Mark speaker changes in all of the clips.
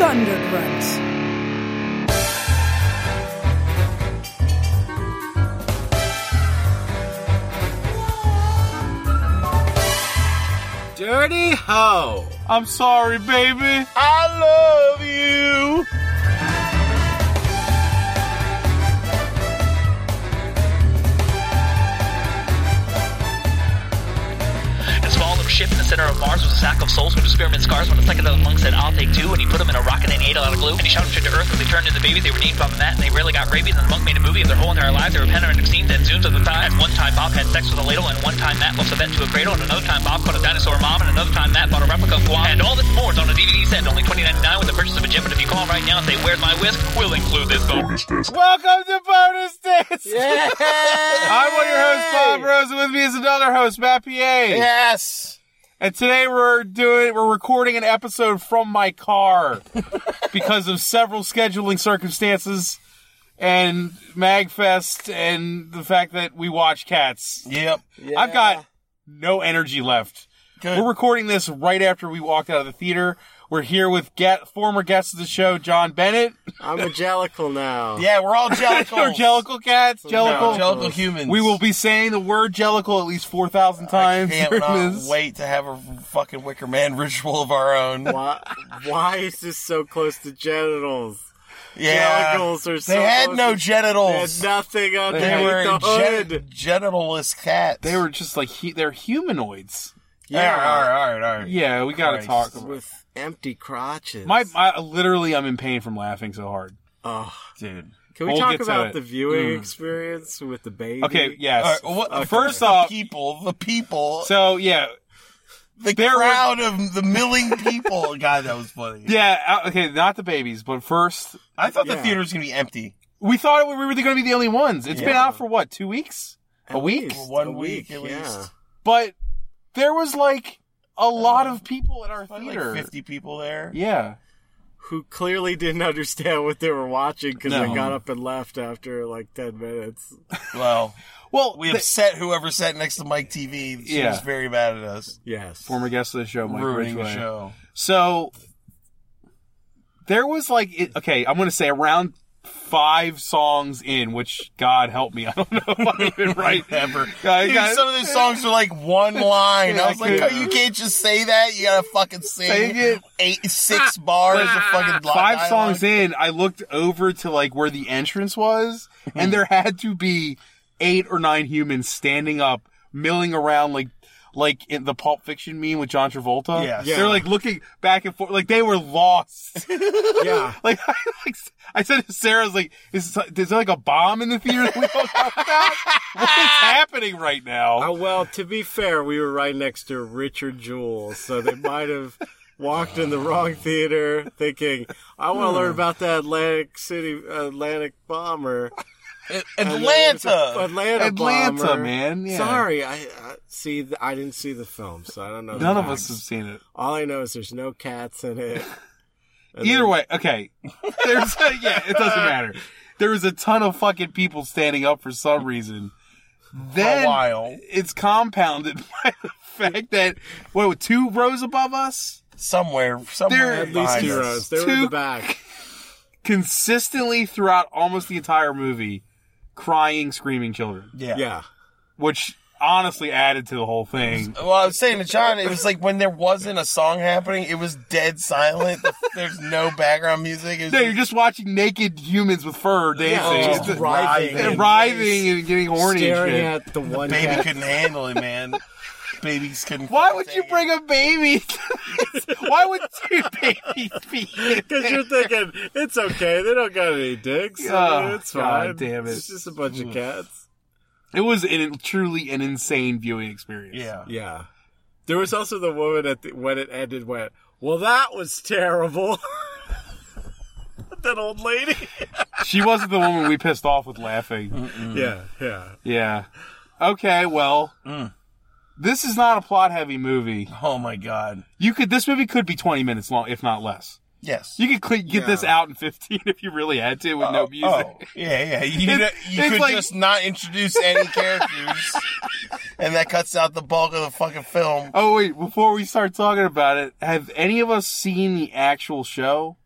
Speaker 1: undergrowth.
Speaker 2: Dirty Ho.
Speaker 3: I'm sorry, baby.
Speaker 2: I love you.
Speaker 4: His small little ship in the center of Mars was a sack of souls with experiment scars. When the second of the monk said, I'll take two, and he put them in a rocket and he ate a lot of glue, and he shot them straight to Earth. When they turned into babies, they were named Bob and Matt, and they rarely got rabies. And the monk made a movie of their whole entire lives. They were penned and extinct and zooms of the time. At one time, Bob had sex with a ladle, and one time, Matt lost a vet to a cradle, and another time, Bob caught a dinosaur mom, and another time, Matt bought a replica of Guam. And all this and more is on a DVD set, only twenty ninety nine with the purchase of a gym. But if you call right now and say, Where's my whisk? We'll include this bonus.
Speaker 3: Welcome to Bonus Disc.
Speaker 2: Yeah.
Speaker 3: I'm one of your hosts, Bob Rose. and With me is another host, Matt PA.
Speaker 2: Yes.
Speaker 3: And today we're doing we're recording an episode from my car because of several scheduling circumstances and Magfest and the fact that we watch cats.
Speaker 2: Yep.
Speaker 3: I've got no energy left.
Speaker 2: Good.
Speaker 3: We're recording this right after we walked out of the theater. We're here with get, former guest of the show, John Bennett.
Speaker 5: I'm a Jellicle now.
Speaker 2: Yeah, we're all jellicle.
Speaker 3: Or Jellicle cats. Jellicle.
Speaker 2: Jellicle humans.
Speaker 3: We will be saying the word jellicle at least 4,000 times.
Speaker 2: Can't
Speaker 3: during
Speaker 2: not
Speaker 3: this.
Speaker 2: wait to have a fucking Wicker Man ritual of our own.
Speaker 5: Why, why is this so close to genitals?
Speaker 2: Yeah.
Speaker 5: Jellicles are so
Speaker 2: they had
Speaker 5: close
Speaker 2: no
Speaker 5: to- They had
Speaker 2: genitals.
Speaker 5: nothing underneath
Speaker 2: They were
Speaker 5: the
Speaker 2: gen-
Speaker 5: hood.
Speaker 2: genitalless cats.
Speaker 3: They were just like, he, they're humanoids.
Speaker 2: Yeah. All
Speaker 5: yeah,
Speaker 2: right. All right. All right.
Speaker 3: Yeah, we gotta
Speaker 2: Christ.
Speaker 3: talk about
Speaker 5: with empty crotches.
Speaker 3: my, my literally I'm in pain from laughing so hard.
Speaker 5: Ugh.
Speaker 2: Dude.
Speaker 5: Can we
Speaker 3: We'll get
Speaker 5: talk
Speaker 3: to
Speaker 5: about
Speaker 3: it.
Speaker 5: the viewing
Speaker 3: Mm.
Speaker 5: experience with the baby?
Speaker 3: Okay, yes. Uh,
Speaker 2: All right, what,
Speaker 3: First
Speaker 2: the
Speaker 3: off-
Speaker 2: people, the people,
Speaker 3: So yeah,
Speaker 2: the
Speaker 3: there were-
Speaker 2: crowd of the milling people. God, that was funny.
Speaker 3: yeah, uh, okay, not the babies, but first
Speaker 2: I thought the
Speaker 5: Yeah.
Speaker 2: theater was gonna be empty.
Speaker 3: we thought we were really gonna be the only ones. It's been
Speaker 2: Yeah.
Speaker 3: out for what, two weeks?
Speaker 5: At
Speaker 3: a week?
Speaker 5: least,
Speaker 2: For one
Speaker 5: a
Speaker 2: week, at
Speaker 5: yeah.
Speaker 2: least.
Speaker 3: But there was like a lot of people at our
Speaker 2: Uh, Probably
Speaker 3: theater.
Speaker 2: like fifty people there.
Speaker 3: Yeah.
Speaker 5: Who clearly didn't understand what they were watching because
Speaker 3: No.
Speaker 5: they got up and left after like ten minutes.
Speaker 2: Well,
Speaker 3: Well
Speaker 2: we
Speaker 3: the-
Speaker 2: upset whoever sat next to Mike TV. She
Speaker 3: Yeah.
Speaker 2: was very mad at us,
Speaker 5: Yes,
Speaker 3: former guest of the show, Mike
Speaker 2: ruining the
Speaker 3: Ridgway.
Speaker 2: show.
Speaker 3: So there was like it, okay, I'm gonna say around five songs in, which God help me, I don't know if I'm even right.
Speaker 2: Ever.
Speaker 3: Yeah, I
Speaker 2: Dude,
Speaker 3: got-
Speaker 2: some of these songs are like one line. I was like,
Speaker 3: Yeah.
Speaker 2: oh, you can't just say that. You gotta fucking sing
Speaker 3: Sing it.
Speaker 2: eight, six bars of fucking
Speaker 3: five songs in, I looked over to like where the entrance was, and there had to be eight or nine humans standing up, milling around like like in the Pulp Fiction meme with John Travolta.
Speaker 2: Yes.
Speaker 3: they're like looking back and forth, like they were lost.
Speaker 5: yeah.
Speaker 3: like, I, like I said to Sarah, I was like, is, is there like a bomb in the theater? That we don't know about? what is happening right now?
Speaker 5: Oh, well, to be fair, we were right next to Richard Jewell, so they might have walked in the
Speaker 3: Ah.
Speaker 5: wrong theater thinking, I want
Speaker 3: Hmm.
Speaker 5: to learn about that Atlantic City, Atlantic bomber.
Speaker 2: Atlanta.
Speaker 5: Atlanta,
Speaker 3: Atlanta,
Speaker 5: bomber.
Speaker 3: man, yeah.
Speaker 5: Sorry, I, I see. th- I didn't see the film, so I don't know. the
Speaker 3: None of us
Speaker 5: facts.
Speaker 3: have seen it.
Speaker 5: All I know is there's no cats in it. And
Speaker 3: Either
Speaker 5: then-
Speaker 3: way, okay. There's uh, yeah, it doesn't matter. There was a ton of fucking people standing up for some reason. Then
Speaker 2: a while.
Speaker 3: it's compounded by the fact that what two rows above us
Speaker 2: Somewhere, somewhere.
Speaker 3: There-
Speaker 5: at least
Speaker 2: behind
Speaker 5: two
Speaker 2: us.
Speaker 5: rows. They were in
Speaker 3: Two-
Speaker 5: the back.
Speaker 3: consistently throughout almost the entire movie, crying, screaming children,
Speaker 2: Yeah.
Speaker 5: Yeah.
Speaker 3: which honestly added to the whole thing.
Speaker 2: Well, I was saying to John, it was like when there wasn't a song happening, it was dead silent. There's no background music. It was
Speaker 3: No, you're just watching naked humans with fur dancing,
Speaker 5: Yeah, Oh,
Speaker 3: It's-
Speaker 5: just
Speaker 3: and
Speaker 5: writhing.
Speaker 2: writhing.
Speaker 3: writhing and getting horny. And
Speaker 5: Staring
Speaker 3: shit.
Speaker 5: at the one
Speaker 2: Baby
Speaker 5: cat.
Speaker 2: couldn't handle it, man. Babies couldn't.
Speaker 3: Why
Speaker 2: fucking
Speaker 3: would
Speaker 2: take
Speaker 3: you
Speaker 2: it.
Speaker 3: bring a baby? Why would two babies be? in
Speaker 5: Because you're thinking it's okay. They don't got any dicks. I mean,
Speaker 3: Oh,
Speaker 5: it's
Speaker 3: God
Speaker 5: fine.
Speaker 3: damn it.
Speaker 5: It's just a bunch of cats.
Speaker 3: It was an, truly an insane viewing experience.
Speaker 2: Yeah.
Speaker 5: Yeah. There was also the woman at the, when it ended went, "Well, that was terrible." that old lady.
Speaker 3: She wasn't the woman we pissed off with laughing.
Speaker 5: Yeah, yeah.
Speaker 3: Yeah. Okay, well,
Speaker 5: Mm.
Speaker 3: this is not a plot heavy movie.
Speaker 2: Oh my God.
Speaker 3: You could this movie could be 20 minutes long if not less.
Speaker 2: Yes.
Speaker 3: You could cle- get this
Speaker 5: Yeah. Uh,
Speaker 3: out in 15 if you really had to with no
Speaker 2: Oh,
Speaker 3: music.
Speaker 2: oh, yeah, yeah. You,
Speaker 3: It's-
Speaker 2: you
Speaker 3: it's
Speaker 2: could
Speaker 3: like-
Speaker 2: just not introduce any characters, and that cuts out the bulk of the fucking film.
Speaker 3: Oh wait, before we start talking about it, have any of us seen the actual show?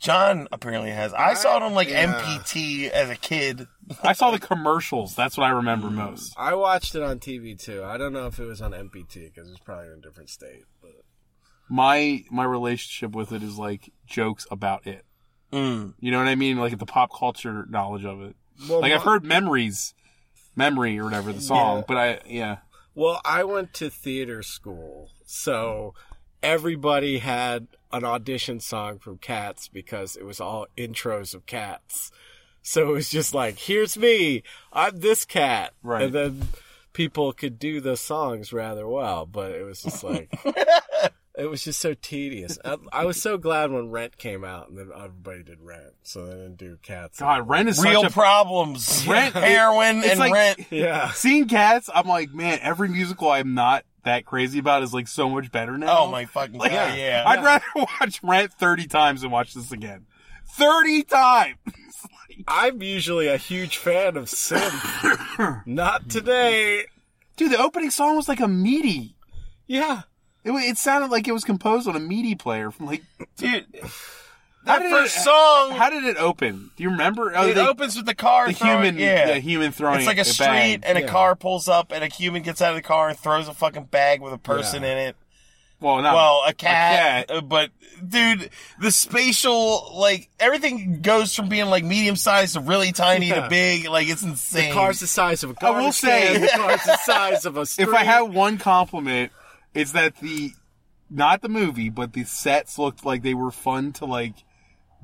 Speaker 2: John apparently has. I saw it on like
Speaker 5: Yeah.
Speaker 2: MPT as a kid.
Speaker 3: I saw the commercials. That's what I
Speaker 2: Hmm.
Speaker 3: remember most.
Speaker 5: I watched it on TV too. I don't know if it was on MPT because it's probably in a different state. But
Speaker 3: My my relationship with it is like jokes about it.
Speaker 2: Mm.
Speaker 3: You know what I mean? Like the pop culture knowledge of it.
Speaker 5: well,
Speaker 3: Like I've
Speaker 5: my-
Speaker 3: heard memories, memory or whatever the song,
Speaker 5: Yeah.
Speaker 3: but I yeah.
Speaker 5: Well, I went to theater school, so everybody had an audition song from Cats because it was all intros of cats. So it was just like, here's me, I'm this cat.
Speaker 3: Right.
Speaker 5: And then people could do the songs rather well, but it was just like, it was just so tedious. I, I was so glad when Rent came out and then everybody did Rent, so they didn't do Cats.
Speaker 3: God, Ren is
Speaker 2: Real
Speaker 3: such a
Speaker 2: problems.
Speaker 3: Rent-
Speaker 2: heroin
Speaker 3: it's
Speaker 2: and
Speaker 3: like-
Speaker 2: rent.
Speaker 5: Yeah.
Speaker 3: Seeing Cats, I'm like, man, every musical I'm not that crazy about is like so much better now.
Speaker 2: Oh my fucking god! Yeah,
Speaker 3: I'd rather watch Rent 30 times than watch this again. 30 times!
Speaker 5: I'm usually a huge fan of synth. Not today.
Speaker 3: Dude, the opening song was like a meaty.
Speaker 5: Yeah.
Speaker 3: It, wa- it sounded like it was composed on a meaty player from like.
Speaker 2: dude.
Speaker 3: How
Speaker 2: That
Speaker 3: did
Speaker 2: first
Speaker 3: it-
Speaker 2: song.
Speaker 3: How did it open? Do you remember? Oh,
Speaker 2: it
Speaker 3: they-
Speaker 2: opens with the car.
Speaker 3: the
Speaker 2: throwing-
Speaker 3: human,
Speaker 2: Yeah.
Speaker 3: the human throwing.
Speaker 2: it's like a
Speaker 3: it
Speaker 2: street,
Speaker 3: bang.
Speaker 2: and a
Speaker 5: Yeah.
Speaker 2: car pulls up, and a human gets out of the car and throws a fucking bag with a person
Speaker 5: Yeah.
Speaker 2: in it.
Speaker 3: Well, not
Speaker 2: well, a cat,
Speaker 3: Um, cat.
Speaker 2: uh, but dude, the spatial like everything goes from being like medium sized to really tiny
Speaker 5: Yeah.
Speaker 2: to big. Like it's insane.
Speaker 5: The car's the size of a
Speaker 3: I
Speaker 5: garbage
Speaker 3: will say-
Speaker 5: can. The car's the size of a
Speaker 3: If
Speaker 5: street.
Speaker 3: I have one compliment, it's that the not the movie, but the sets looked like they were fun to like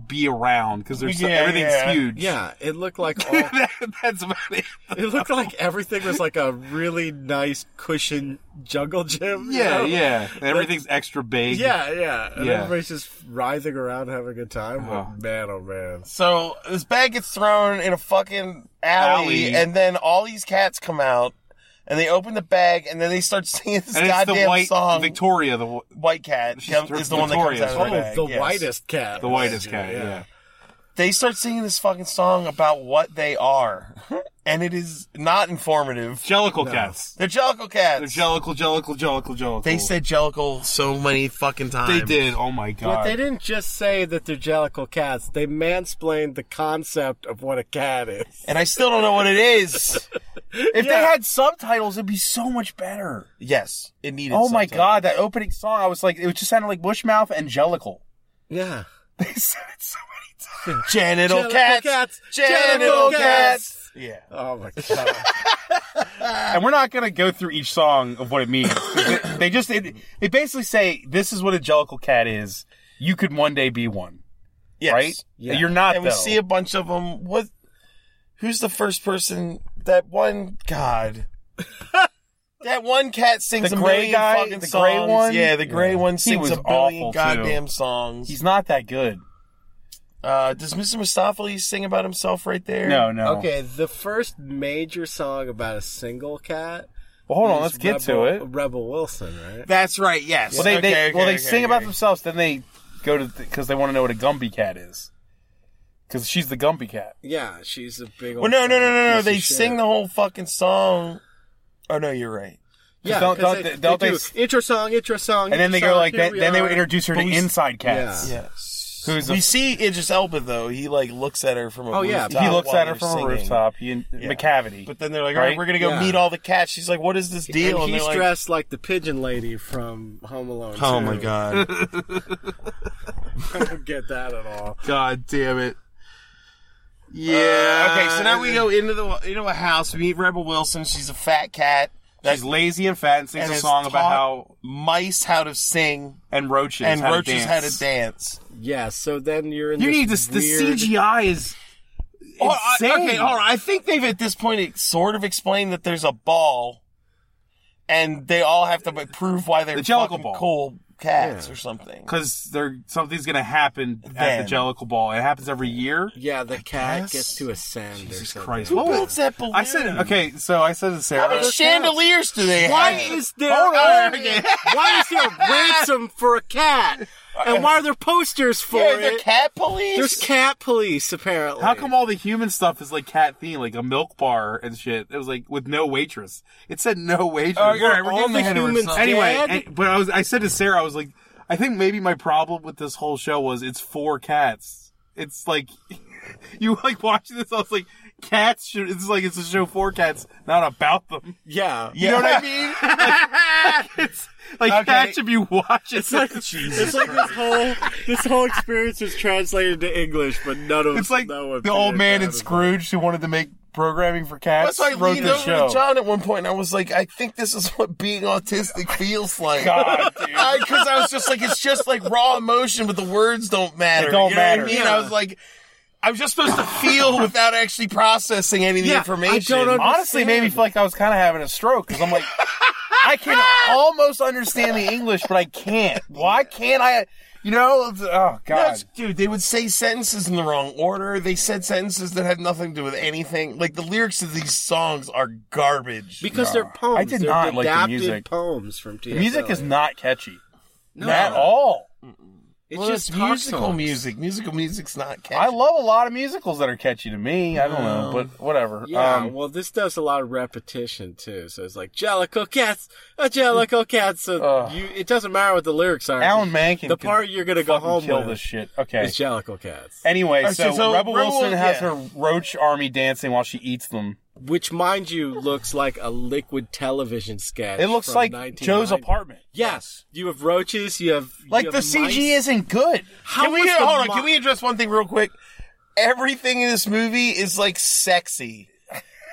Speaker 3: be around because there's so,
Speaker 2: Yeah,
Speaker 3: everything's
Speaker 2: yeah.
Speaker 3: huge.
Speaker 5: Yeah, it looked like all,
Speaker 3: That- that's about it.
Speaker 5: it looked like everything was like a really nice cushion jungle gym. you
Speaker 3: Yeah,
Speaker 5: know?
Speaker 3: yeah. And everything's extra big.
Speaker 5: Yeah, yeah. And
Speaker 3: Yeah.
Speaker 5: everybody's just writhing around having a good time.
Speaker 3: Oh.
Speaker 5: Oh. Man, oh man.
Speaker 2: So this bag gets thrown in a fucking alley,
Speaker 3: Alley.
Speaker 2: and then all these cats come out, and they open the bag, and then they start singing this
Speaker 3: And it's
Speaker 2: goddamn
Speaker 3: the white
Speaker 2: song.
Speaker 3: Victoria, the wh-
Speaker 2: white cat
Speaker 3: She's
Speaker 2: comes- is the one that
Speaker 3: Victoria,
Speaker 2: comes out of
Speaker 5: Oh,
Speaker 2: the bag.
Speaker 5: the
Speaker 2: yes.
Speaker 5: whitest cat.
Speaker 3: the whitest cat. Yeah.
Speaker 2: They start singing this fucking song about what they are, and it is not informative.
Speaker 3: Jellicle cats.
Speaker 2: They're jellicle cats.
Speaker 3: They're jellicle, jellicle, jellicle, jellicle.
Speaker 2: They said jellicle so many fucking times.
Speaker 3: they did. Oh my god.
Speaker 5: But they didn't just say that they're jellicle cats. They mansplained the concept of what a cat is.
Speaker 2: and I still don't know what it is.
Speaker 3: If
Speaker 5: Yeah.
Speaker 3: they had subtitles, it'd be so much better.
Speaker 2: yes, it needed.
Speaker 3: Oh my
Speaker 2: subtitles.
Speaker 3: god, that opening song! I was like, it just sounded like Bushmouth and Jellicle.
Speaker 5: Yeah.
Speaker 3: They said it so many times.
Speaker 2: Genital,
Speaker 5: Jellicle
Speaker 2: cats,
Speaker 5: cats,
Speaker 2: Genital
Speaker 5: jellicle
Speaker 2: cats. Yeah.
Speaker 5: Oh my god.
Speaker 3: And we're not gonna go through each song of what it means. 'cause they, they just it, they basically say this is what a Jellicle cat is. You could one day be one,
Speaker 2: Yes.
Speaker 3: right?
Speaker 5: Yeah.
Speaker 3: You're not.
Speaker 2: and we
Speaker 3: though.
Speaker 2: see a bunch of them. What? Who's the first person? That one. God. that one cat sings
Speaker 3: The
Speaker 2: a
Speaker 3: gray
Speaker 2: million
Speaker 3: guy,
Speaker 2: fucking
Speaker 3: the
Speaker 2: songs.
Speaker 3: gray one?
Speaker 2: Yeah, the gray
Speaker 3: Yeah.
Speaker 2: one
Speaker 3: He was
Speaker 2: sings a billion
Speaker 3: awful, too.
Speaker 2: goddamn songs.
Speaker 3: He's not that good.
Speaker 2: uh, does Mr. Mistopheles sing about himself right there?
Speaker 3: No, no.
Speaker 5: Okay, the first major song about a single cat.
Speaker 3: Well, hold on.
Speaker 5: is
Speaker 3: Let's get to
Speaker 5: Rebel-
Speaker 3: it.
Speaker 5: Rebel Wilson, right?
Speaker 2: That's right. Yes.
Speaker 3: Well, they, they
Speaker 2: Okay,
Speaker 3: well
Speaker 2: okay,
Speaker 3: they
Speaker 2: okay,
Speaker 3: sing about
Speaker 2: okay.
Speaker 3: themselves. Then they go to because they want to know what a Gumby cat is. Because she's the Gumby cat.
Speaker 5: Yeah, she's a big.
Speaker 2: Well,
Speaker 5: old
Speaker 2: no, no, no, no,
Speaker 5: piece
Speaker 2: no.
Speaker 5: of
Speaker 2: They
Speaker 5: shit.
Speaker 2: sing the whole fucking song. Oh no, you're right.
Speaker 5: Yeah,
Speaker 3: don't-
Speaker 5: 'cause
Speaker 3: don't
Speaker 5: they,
Speaker 3: they- don't
Speaker 5: they
Speaker 3: they
Speaker 5: do
Speaker 3: s-
Speaker 5: intro song, intro song,
Speaker 3: And
Speaker 5: intro
Speaker 3: then they go
Speaker 5: song,
Speaker 3: like
Speaker 5: here
Speaker 3: that.
Speaker 5: we
Speaker 3: Then they
Speaker 5: are.
Speaker 3: would introduce her to
Speaker 2: But we-
Speaker 3: Inside Cats.
Speaker 2: Yes.
Speaker 3: Who's
Speaker 2: we
Speaker 3: a-
Speaker 2: see Idris Elba though. He like looks at her from a
Speaker 5: Oh, yeah,
Speaker 2: rooftop
Speaker 3: He looks
Speaker 2: while
Speaker 3: at her
Speaker 2: they're
Speaker 3: from
Speaker 2: singing.
Speaker 3: a rooftop. He in
Speaker 2: Yeah.
Speaker 3: the cavity.
Speaker 2: But then they're like, all right,
Speaker 3: Right?
Speaker 2: we're gonna go
Speaker 5: Yeah.
Speaker 2: meet all the cats. She's like, what is this deal?
Speaker 5: And he's
Speaker 2: they're like,
Speaker 5: dressed like the pigeon lady from Home Alone.
Speaker 2: Oh
Speaker 5: too.
Speaker 2: my god.
Speaker 5: I don't get that at all.
Speaker 3: God damn it.
Speaker 2: yeah. Okay, so now we go into the into a house. We meet Rebel Wilson. She's a fat cat. That
Speaker 3: She's lazy and fat and sings
Speaker 2: and
Speaker 3: a
Speaker 2: has
Speaker 3: song about
Speaker 2: taught
Speaker 3: how
Speaker 2: mice how to sing
Speaker 3: and roaches
Speaker 2: and
Speaker 3: how to dance.
Speaker 2: roaches how to dance.
Speaker 5: Yeah, so then you're in.
Speaker 3: You
Speaker 5: this
Speaker 3: need this.
Speaker 5: weird-
Speaker 3: The CGI is
Speaker 2: Oh, I-
Speaker 3: insane.
Speaker 2: okay, all right. I think they've at this point sort of explained that there's a ball, and they all have to b- prove why they're
Speaker 3: The Jellicle
Speaker 2: fucking
Speaker 3: ball.
Speaker 2: cool cats
Speaker 5: Yeah.
Speaker 2: or something.
Speaker 3: Because there something's gonna happen at
Speaker 2: Then.
Speaker 3: the Jellicle Ball. It happens every year.
Speaker 5: Yeah, the cat
Speaker 2: guess.
Speaker 5: gets to ascend. or
Speaker 3: Jesus
Speaker 5: something.
Speaker 3: Christ!
Speaker 2: Who
Speaker 3: What
Speaker 2: builds that balloon?
Speaker 3: I said okay. So I said to
Speaker 2: How
Speaker 3: Sarah,
Speaker 2: many chandeliers do they
Speaker 5: Why
Speaker 2: have?
Speaker 5: is there
Speaker 2: Hold on.
Speaker 5: why is there a ransom for a cat? And why are there posters for
Speaker 2: Yeah, they're
Speaker 5: it?
Speaker 2: cat police.
Speaker 5: There's cat police apparently.
Speaker 3: "How come all the human stuff is like cat themed, like a milk bar and shit?" It was like with no waitress. It said no waitress.
Speaker 2: Oh, you're right, we're
Speaker 3: All
Speaker 2: getting
Speaker 3: the
Speaker 2: ahead of
Speaker 5: humans
Speaker 2: ourselves.
Speaker 5: dead?
Speaker 3: anyway, and- but I was I said to Sarah, I was like, I think maybe my problem with this whole show was it's four cats. It's like you like watching this. I was like, cats. Should, it's like it's a show for cats, not about them.
Speaker 5: Yeah.
Speaker 3: You know what I mean? Like, it's like
Speaker 2: Okay.
Speaker 3: cats should be watching. It's like
Speaker 5: It's like this whole this whole experience was translated to English, but none of
Speaker 3: it's like
Speaker 5: no one
Speaker 3: the old
Speaker 5: figured
Speaker 3: man
Speaker 5: it
Speaker 3: and
Speaker 5: out.
Speaker 3: Scrooge who wanted to make programming for cats
Speaker 2: That's why I
Speaker 3: wrote
Speaker 2: leaned
Speaker 3: the
Speaker 2: over
Speaker 3: show.
Speaker 2: to John at one point, and I was like, "I think this is what being autistic feels like."
Speaker 3: God, dude.
Speaker 2: Because I, was just like, it's just like raw emotion, but the words don't matter.
Speaker 3: They don't
Speaker 2: you know what
Speaker 3: matter.
Speaker 2: I mean, I was like, I was just supposed to feel without actually processing any of the
Speaker 5: Yeah, I
Speaker 2: information.
Speaker 5: don't under-
Speaker 3: honestly made me feel like I was kind of having a stroke because I'm like, I can almost understand the English, but I can't. Why can't I? You know, it's- oh god,
Speaker 2: That's- dude, they would say sentences in the wrong order. They said sentences that had nothing to do with anything. Like the lyrics to these songs are garbage.
Speaker 5: because they're poems.
Speaker 3: I did
Speaker 5: They're
Speaker 3: not like the
Speaker 5: adapted
Speaker 3: music.
Speaker 5: poems from TSL.
Speaker 3: the music is not catchy at all.
Speaker 5: It's
Speaker 2: well,
Speaker 5: just
Speaker 2: it's
Speaker 5: talk
Speaker 2: musical
Speaker 5: songs.
Speaker 2: music. Musical music's not catchy.
Speaker 3: I love a lot of musicals that are catchy to me. I don't know, but whatever.
Speaker 5: Yeah,
Speaker 3: um,
Speaker 5: well, this does a lot of repetition too. So it's like Jellicle cats, a Jellicle cats. So
Speaker 3: Ugh.
Speaker 5: you, it doesn't matter what the lyrics are.
Speaker 3: Uh, Alan Menken.
Speaker 5: the
Speaker 3: could
Speaker 5: part you're gonna go
Speaker 3: fucking
Speaker 5: home
Speaker 3: kill
Speaker 5: with
Speaker 3: this shit. Okay.
Speaker 5: is Jellicle cats,
Speaker 3: Anyway,
Speaker 2: Alright,
Speaker 3: so,
Speaker 2: so- so
Speaker 3: Rebel,
Speaker 2: Rebel-
Speaker 3: Wilson has her
Speaker 2: yeah.
Speaker 3: roach army dancing while she eats them.
Speaker 5: which, mind you, looks like a liquid television sketch.
Speaker 3: It looks
Speaker 5: from
Speaker 3: like Joe's
Speaker 5: 1990.
Speaker 3: apartment.
Speaker 5: Yes, you have roaches. You have you
Speaker 3: Like
Speaker 5: have
Speaker 3: the CG
Speaker 5: mice.
Speaker 3: isn't good.
Speaker 5: How
Speaker 2: can we
Speaker 5: was the
Speaker 2: hold on?
Speaker 5: mi-
Speaker 2: Can we address one thing real quick? Everything in this movie is like sexy.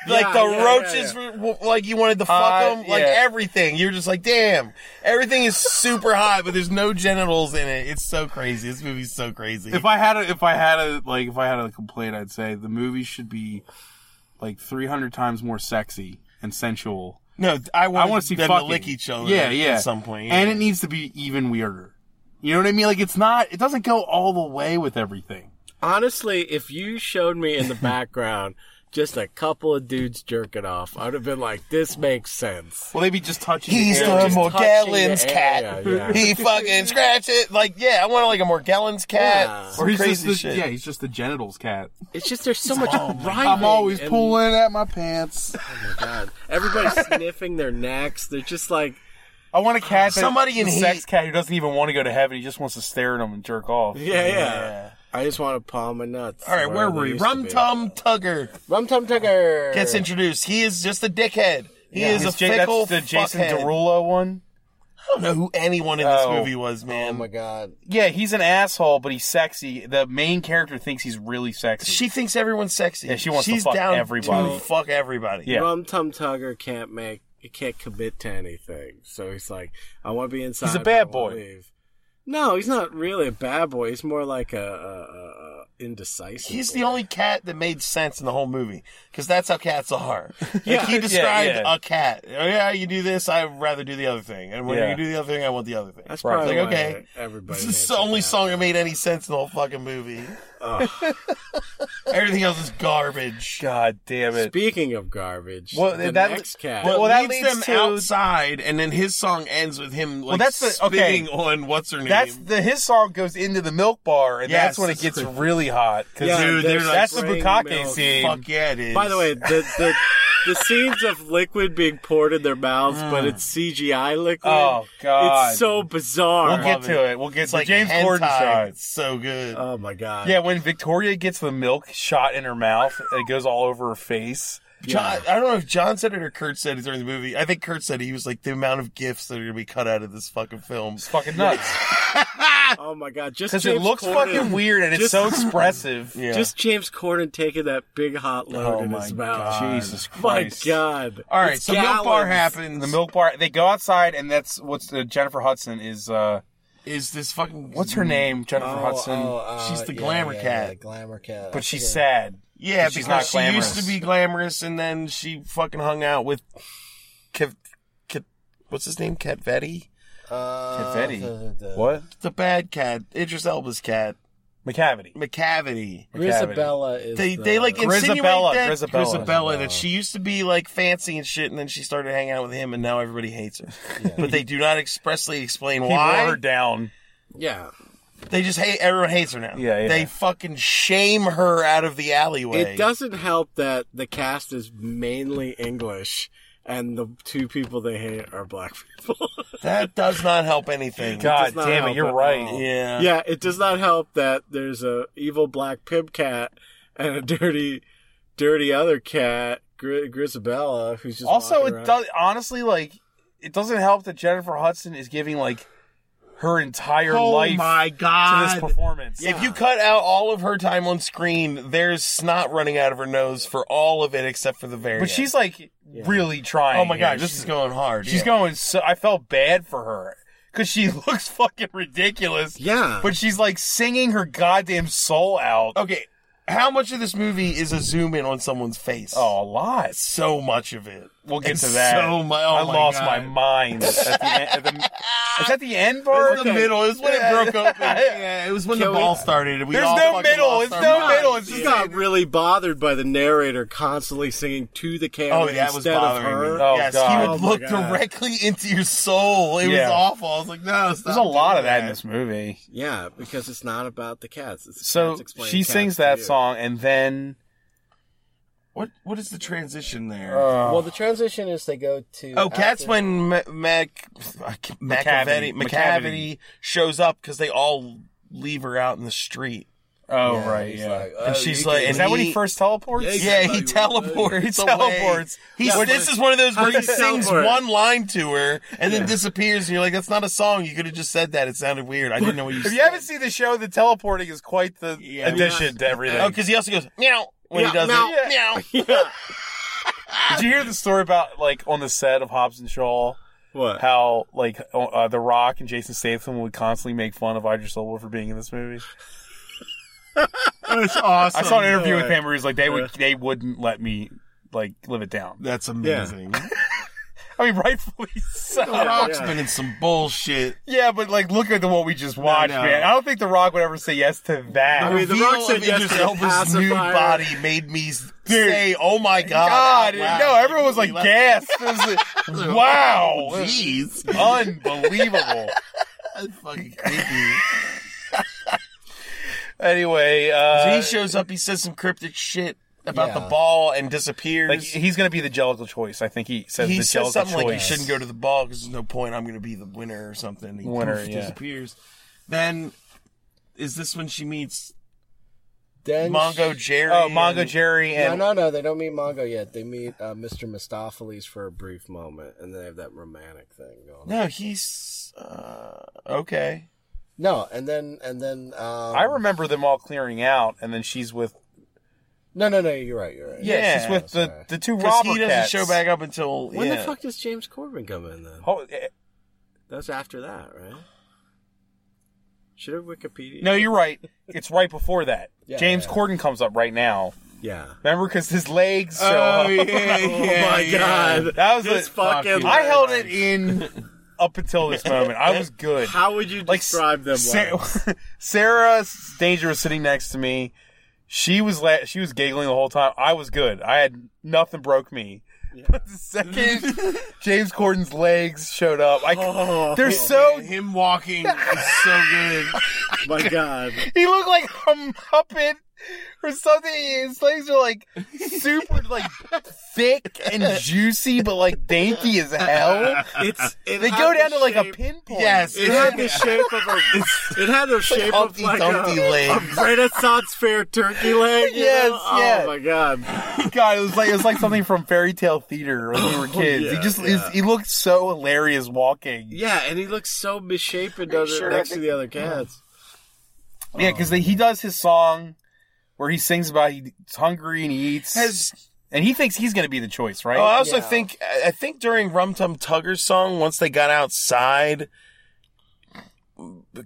Speaker 2: Like
Speaker 5: Yeah,
Speaker 2: the
Speaker 5: yeah,
Speaker 2: roaches,
Speaker 5: yeah,
Speaker 2: were w like you wanted to fuck
Speaker 3: Uh,
Speaker 2: them, like
Speaker 3: yeah.
Speaker 2: everything. You're just like, damn, everything is super hot, but there's no genitals in it. It's so crazy. This movie's so crazy.
Speaker 3: if I had a, if I had a, like, if I had a complaint, I'd say the movie should be like 300 times more sexy and sensual.
Speaker 2: no, I
Speaker 3: I
Speaker 2: want,
Speaker 3: want to see
Speaker 2: them
Speaker 3: fucking.
Speaker 2: to lick each other.
Speaker 3: Yeah, yeah.
Speaker 2: At some point,
Speaker 3: and it needs to be even weirder. You know what I mean? Like it's not. It doesn't go all the way with everything.
Speaker 5: Honestly, if you showed me in the background just a couple of dudes jerking off, I'd have been like, "This makes sense."
Speaker 3: Well, they be just touching.
Speaker 2: He's
Speaker 3: the
Speaker 2: the
Speaker 3: air.
Speaker 5: just touching
Speaker 2: Morgellons
Speaker 5: the
Speaker 2: cat.
Speaker 5: area, yeah.
Speaker 2: He fucking scratch it. Like, yeah, I want like a Morgellons cat.
Speaker 5: Yeah.
Speaker 2: Some
Speaker 3: or he's just
Speaker 2: crazy
Speaker 3: the,
Speaker 2: shit.
Speaker 3: yeah, he's just the genitals cat.
Speaker 5: It's just there's so much writhing.
Speaker 3: I'm always
Speaker 5: and-
Speaker 3: pulling at my pants.
Speaker 5: Oh my god! Everybody's sniffing their necks. They're just like,
Speaker 3: I want a cat. That,
Speaker 2: Somebody in
Speaker 3: a sex
Speaker 2: heat.
Speaker 3: cat who doesn't even want to go to heaven. He just wants to stare at him and jerk off.
Speaker 5: yeah, yeah. I just want to palm my nuts.
Speaker 2: All right, where were we? Rum
Speaker 5: Tum.
Speaker 2: Tum Tugger.
Speaker 5: Rum Tum Tugger Oh
Speaker 2: gets introduced. He is just a dickhead. He is a
Speaker 3: He's Ja-
Speaker 2: fickle
Speaker 3: That's the Jason
Speaker 2: fuckhead.
Speaker 3: Derulo one.
Speaker 2: I don't know who anyone in this
Speaker 3: Oh.
Speaker 2: movie was,
Speaker 5: Oh
Speaker 2: man.
Speaker 5: my god!
Speaker 3: Yeah, he's an asshole, but he's sexy. The main character thinks he's really sexy.
Speaker 2: she thinks everyone's sexy.
Speaker 3: Yeah, she wants to
Speaker 2: She's
Speaker 3: fuck
Speaker 2: down
Speaker 3: everybody.
Speaker 2: To fuck everybody.
Speaker 3: Yeah.
Speaker 5: Rum Tum Tugger can't make. He can't commit to anything. So he's like, I want to be inside.
Speaker 3: He's a
Speaker 5: but I
Speaker 3: bad
Speaker 5: wanna
Speaker 3: boy.
Speaker 5: leave. No, he's not really a bad boy. He's more like a, a, a- a indecisive.
Speaker 2: He's
Speaker 5: boy.
Speaker 2: the only cat that made sense in the whole movie because that's how cats are.
Speaker 5: Yeah.
Speaker 2: like he described
Speaker 3: yeah.
Speaker 2: a cat. Oh, yeah, you do this. I'd rather do the other thing. And when
Speaker 3: Yeah.
Speaker 2: you do the other thing, I want the other thing.
Speaker 5: That's
Speaker 3: Right.
Speaker 5: probably
Speaker 2: Like,
Speaker 5: why
Speaker 2: okay.
Speaker 5: Everybody.
Speaker 2: This is
Speaker 5: makes
Speaker 2: the only
Speaker 5: it
Speaker 2: song that made any sense in the whole fucking movie.
Speaker 5: Ugh.
Speaker 2: Everything else is garbage.
Speaker 3: God damn
Speaker 5: happen.
Speaker 3: it.
Speaker 5: Speaking of garbage,
Speaker 3: Well,
Speaker 5: the
Speaker 3: that-
Speaker 5: next cat.
Speaker 3: Well,
Speaker 2: Well,
Speaker 3: that
Speaker 2: that leads,
Speaker 3: leads
Speaker 2: them
Speaker 3: to-
Speaker 2: outside, and then his song ends with him like
Speaker 3: that's the- okay.
Speaker 2: spitting on what's her name.
Speaker 3: That's the his song goes into the milk bar, and that's
Speaker 2: Yes.
Speaker 3: when it gets really hot. 'cause
Speaker 5: Yeah,
Speaker 2: Dude, they're like,
Speaker 3: that's the
Speaker 5: bring
Speaker 3: Bukake
Speaker 5: milk.
Speaker 3: scene.
Speaker 2: Fuck yeah, it is.
Speaker 5: By the way, the the, the scenes of liquid being poured in their mouths, but it's CGI liquid.
Speaker 3: Ah. Oh, God.
Speaker 5: it's so bizarre.
Speaker 3: We'll get
Speaker 2: love
Speaker 3: to it. We'll get
Speaker 2: it's
Speaker 3: to
Speaker 2: like
Speaker 3: James Corden
Speaker 2: hentai.
Speaker 3: shot.
Speaker 2: It's so good.
Speaker 3: Uh,
Speaker 5: oh my god!
Speaker 3: Yeah, when Victoria gets the milk shot in her mouth, it goes all over her face.
Speaker 2: John, I don't know if John said it or Kurt said it during the movie. I think Kurt said it. he was like the amount of gifts that are gonna be cut out of this fucking film.
Speaker 3: It's fucking nuts
Speaker 5: Oh my god! Just
Speaker 3: because
Speaker 5: because
Speaker 3: it looks fucking weird and
Speaker 5: Just-
Speaker 3: it's so expressive.
Speaker 5: Just James Corden taking that big hot load
Speaker 3: Oh
Speaker 5: in
Speaker 3: my
Speaker 5: his mouth.
Speaker 3: God. Jesus Christ.
Speaker 5: My God!
Speaker 2: All right,
Speaker 5: It's
Speaker 2: so milk bar
Speaker 5: gallons.
Speaker 2: happens.
Speaker 3: The milk bar. They go outside, and that's what's uh, Jennifer Hudson is. uh
Speaker 2: is this fucking
Speaker 3: What's her name? Jennifer
Speaker 5: Oh,
Speaker 3: Hudson.
Speaker 5: oh, uh,
Speaker 2: She's the
Speaker 5: yeah,
Speaker 2: glamour
Speaker 5: yeah,
Speaker 2: cat.
Speaker 5: yeah, glamour cat.
Speaker 3: but she's sad.
Speaker 2: Yeah,
Speaker 3: She's not
Speaker 2: because she used to
Speaker 3: glamorous.
Speaker 2: be glamorous, and then she fucking hung out with Kev, Kev, what's his name? Catvetti,
Speaker 5: Uh,
Speaker 3: Confetti.
Speaker 5: the- the-
Speaker 3: What?
Speaker 2: the bad cat, Idris Elba's cat,
Speaker 3: McCavity.
Speaker 2: McCavity.
Speaker 5: Isabella is.
Speaker 2: They
Speaker 5: the-
Speaker 2: they like insinuate
Speaker 3: Grisabella,
Speaker 2: that
Speaker 3: Grisabella.
Speaker 2: Grisabella, that she used to be like fancy and shit, and then she started hanging out with him, and now everybody hates her. But they do not expressly explain
Speaker 3: He wore her
Speaker 2: why.
Speaker 3: down.
Speaker 5: Yeah.
Speaker 2: They just hate everyone hates her now.
Speaker 3: Yeah, yeah.
Speaker 2: They fucking shame her out of the alleyway.
Speaker 5: It doesn't help that the cast is mainly English and the two people they hate are black people.
Speaker 2: That does not help anything.
Speaker 3: God
Speaker 5: does not
Speaker 3: damn it,
Speaker 5: help
Speaker 3: you're
Speaker 5: at
Speaker 3: right.
Speaker 5: all.
Speaker 2: Yeah.
Speaker 5: yeah, it does not help that there's a evil black pimp cat and a dirty, dirty other cat, Gri- Grisabella, who's just
Speaker 3: Also,
Speaker 5: walking
Speaker 3: it
Speaker 5: around.
Speaker 3: does honestly like it doesn't help that Jennifer Hudson is giving like her entire
Speaker 6: oh
Speaker 3: life
Speaker 6: my
Speaker 3: to this
Speaker 6: god!
Speaker 3: performance.
Speaker 2: If you cut out all of her time on screen, there's snot running out of her nose for all of it except for the very.
Speaker 3: But
Speaker 2: end.
Speaker 3: she's like really trying.
Speaker 2: Oh my
Speaker 3: here.
Speaker 2: god, this is going hard.
Speaker 3: She's
Speaker 2: yeah.
Speaker 3: going so I felt bad for her cuz she looks fucking ridiculous.
Speaker 5: Yeah.
Speaker 3: But she's like singing her goddamn soul out.
Speaker 2: Okay, how much of this movie is a zoom in on someone's face?
Speaker 3: Oh, a lot.
Speaker 2: so much of it.
Speaker 3: We'll get
Speaker 2: And
Speaker 3: to that.
Speaker 2: So oh much.
Speaker 3: I lost
Speaker 6: God.
Speaker 3: my mind. At the end, at the, is that the end part?
Speaker 2: The middle is when it broke open. Yeah, it was when the ball started. We
Speaker 3: There's
Speaker 2: all
Speaker 3: no
Speaker 2: fucking
Speaker 3: middle.
Speaker 2: lost
Speaker 3: It's
Speaker 2: our
Speaker 3: no
Speaker 2: minds.
Speaker 3: middle. It's
Speaker 5: She
Speaker 3: just
Speaker 5: got really bothered by the narrator constantly singing to the camera
Speaker 2: Oh, that was
Speaker 5: instead of
Speaker 2: bothering me.
Speaker 5: her.
Speaker 3: Oh,
Speaker 2: yes,
Speaker 3: God.
Speaker 2: he would
Speaker 5: Oh, my
Speaker 2: look
Speaker 5: God.
Speaker 2: directly into your soul. It
Speaker 3: Yeah.
Speaker 2: was awful. I was like, no, stop
Speaker 3: There's a lot
Speaker 2: doing
Speaker 3: of that in this movie.
Speaker 5: Yeah, because it's not about the cats. It's
Speaker 3: So
Speaker 5: cats explaining
Speaker 3: she
Speaker 5: cats
Speaker 3: sings
Speaker 5: to
Speaker 3: that
Speaker 5: you.
Speaker 3: song, and then
Speaker 2: What What is the transition there?
Speaker 3: uh,
Speaker 5: Well, the transition is they go to.
Speaker 2: Oh, cats
Speaker 5: after-
Speaker 2: when Mac Mac McCavity,
Speaker 3: McCavity.
Speaker 2: McCavity shows up because they all leave her out in the street.
Speaker 3: oh
Speaker 5: Yeah,
Speaker 3: right,
Speaker 5: he's
Speaker 3: yeah.
Speaker 5: like, oh,
Speaker 2: And she's
Speaker 5: you
Speaker 2: like-
Speaker 5: can-
Speaker 3: is that when he
Speaker 2: he-
Speaker 3: first teleports?
Speaker 5: Yeah,
Speaker 2: Yeah, he
Speaker 3: He
Speaker 2: teleports. away.
Speaker 3: teleports.
Speaker 2: He's,
Speaker 5: Yeah,
Speaker 2: this
Speaker 5: but-
Speaker 2: is one of those where
Speaker 5: How
Speaker 2: he
Speaker 5: does he
Speaker 2: sings
Speaker 5: teleport?
Speaker 2: one line to her and then disappears, and you're like, "That's not a song. You could have just said that. It sounded weird. I didn't know what you."
Speaker 3: If
Speaker 2: said.
Speaker 3: you haven't seen the show, the teleporting is quite the
Speaker 2: Yeah,
Speaker 3: addition to everything.
Speaker 2: Oh, because he also goes meow when
Speaker 5: Yeah,
Speaker 2: he does
Speaker 5: meow.
Speaker 2: it. Meow.
Speaker 3: Did you hear the story about like on the set of Hobbs and Shaw?
Speaker 5: What?
Speaker 3: How like uh, The Rock and Jason Statham would constantly make fun of Idris Elba for being in this movie.
Speaker 6: That's awesome.
Speaker 3: I saw
Speaker 2: Oh,
Speaker 3: an interview with
Speaker 5: way.
Speaker 3: him where he's like, they would they wouldn't let me like live it down.
Speaker 2: That's amazing.
Speaker 3: I mean, rightfully so.
Speaker 2: Rock's
Speaker 5: yeah.
Speaker 2: been in some bullshit.
Speaker 3: Yeah, but like, look at the what we just watched,
Speaker 2: no.
Speaker 3: man. I don't think The Rock would ever say yes to that.
Speaker 5: I mean, The
Speaker 2: Reveal
Speaker 5: Rock said
Speaker 2: of
Speaker 5: yes
Speaker 2: Idris
Speaker 5: to the
Speaker 2: Elba's nude
Speaker 5: pacifier.
Speaker 2: body made me s- say, "Oh my god!"
Speaker 3: God,
Speaker 2: out loud.
Speaker 3: no, everyone was like gassed. It was like, wow,
Speaker 2: Jeez,
Speaker 3: unbelievable.
Speaker 2: that's fucking creepy.
Speaker 3: Anyway,
Speaker 2: So
Speaker 3: uh,
Speaker 2: he shows up. He says some cryptic shit about
Speaker 5: Yeah.
Speaker 2: the ball and disappears.
Speaker 3: like he's gonna be the jellicle choice. I think he says
Speaker 2: he
Speaker 3: the
Speaker 2: says
Speaker 3: jellicle
Speaker 2: something
Speaker 3: choice.
Speaker 2: like, "You shouldn't go to the ball because there's no point. I'm going to be the winner or something." He
Speaker 3: Winner,
Speaker 2: poof,
Speaker 3: yeah.
Speaker 2: disappears. Then is this when she meets
Speaker 5: Then
Speaker 2: Mongo Jerry?
Speaker 3: Oh, Mongo
Speaker 2: and-
Speaker 3: Jerry
Speaker 5: No,
Speaker 3: and
Speaker 5: no, no. They don't meet Mongo yet. They meet uh, Mr. Mistopheles for a brief moment, and they have that romantic thing going. on.
Speaker 2: No, he's uh, okay.
Speaker 5: No, and then and then. Um,
Speaker 3: I remember them all clearing out, and then she's with
Speaker 5: No, no, no. You're right. You're right.
Speaker 3: yeah,
Speaker 2: Yeah.
Speaker 3: she's with the the two
Speaker 2: Because
Speaker 3: robber
Speaker 2: he doesn't
Speaker 3: cats.
Speaker 2: show back up until
Speaker 5: When
Speaker 2: yeah.
Speaker 5: the fuck does James Corbin come in then?
Speaker 3: Oh, eh,
Speaker 5: That's after that, right? Should have Wikipedia.
Speaker 3: No, you're right. It's right before that.
Speaker 5: Yeah,
Speaker 3: James
Speaker 5: yeah.
Speaker 3: Corden comes up right now.
Speaker 5: Yeah.
Speaker 3: Remember, because his legs show
Speaker 6: Oh,
Speaker 3: up.
Speaker 6: yeah, yeah,
Speaker 5: oh my
Speaker 6: yeah.
Speaker 5: god.
Speaker 3: That was
Speaker 5: this
Speaker 3: a-
Speaker 5: fucking.
Speaker 3: I held it in up until this moment. I was good.
Speaker 5: How would you
Speaker 3: Like
Speaker 5: describe them?
Speaker 3: Sarah,
Speaker 5: Wes?
Speaker 3: Sarah Danger was sitting next to me. She was la- she was giggling the whole time. I was good. I had nothing broke me. But the second James Corden's legs showed up, I c-
Speaker 5: Oh,
Speaker 3: they're so
Speaker 6: Him walking is so good.
Speaker 5: my god.
Speaker 3: He looked like a muppet or something. His legs are like super like thick and juicy, but like dainty as hell.
Speaker 5: It's it
Speaker 3: They
Speaker 5: had
Speaker 3: go
Speaker 5: the
Speaker 3: down to like a
Speaker 5: shape-
Speaker 3: pinpoint.
Speaker 2: Yes,
Speaker 5: It had the shape of a. It had the shape of
Speaker 2: Humpty
Speaker 5: like
Speaker 2: Dumpty
Speaker 5: a,
Speaker 2: legs.
Speaker 5: a Renaissance fair turkey leg. you
Speaker 3: Yes,
Speaker 5: know?
Speaker 3: yes.
Speaker 5: Oh my god.
Speaker 3: God, it was like it was like something from fairy tale theater when we
Speaker 2: Oh,
Speaker 3: were kids. he
Speaker 5: yeah,
Speaker 3: just
Speaker 5: yeah.
Speaker 3: he looked so hilarious walking.
Speaker 5: Yeah, and he looks so misshapen
Speaker 2: you
Speaker 5: other-
Speaker 2: sure
Speaker 5: next
Speaker 2: that-
Speaker 5: to the other cats.
Speaker 3: Yeah, because he does his song where he sings about he's hungry and he eats,
Speaker 2: Has
Speaker 3: and he thinks he's going to be the choice, right?
Speaker 2: Oh, I also
Speaker 5: Yeah.
Speaker 2: think I I think during Rum Tum Tugger's song, once they got outside,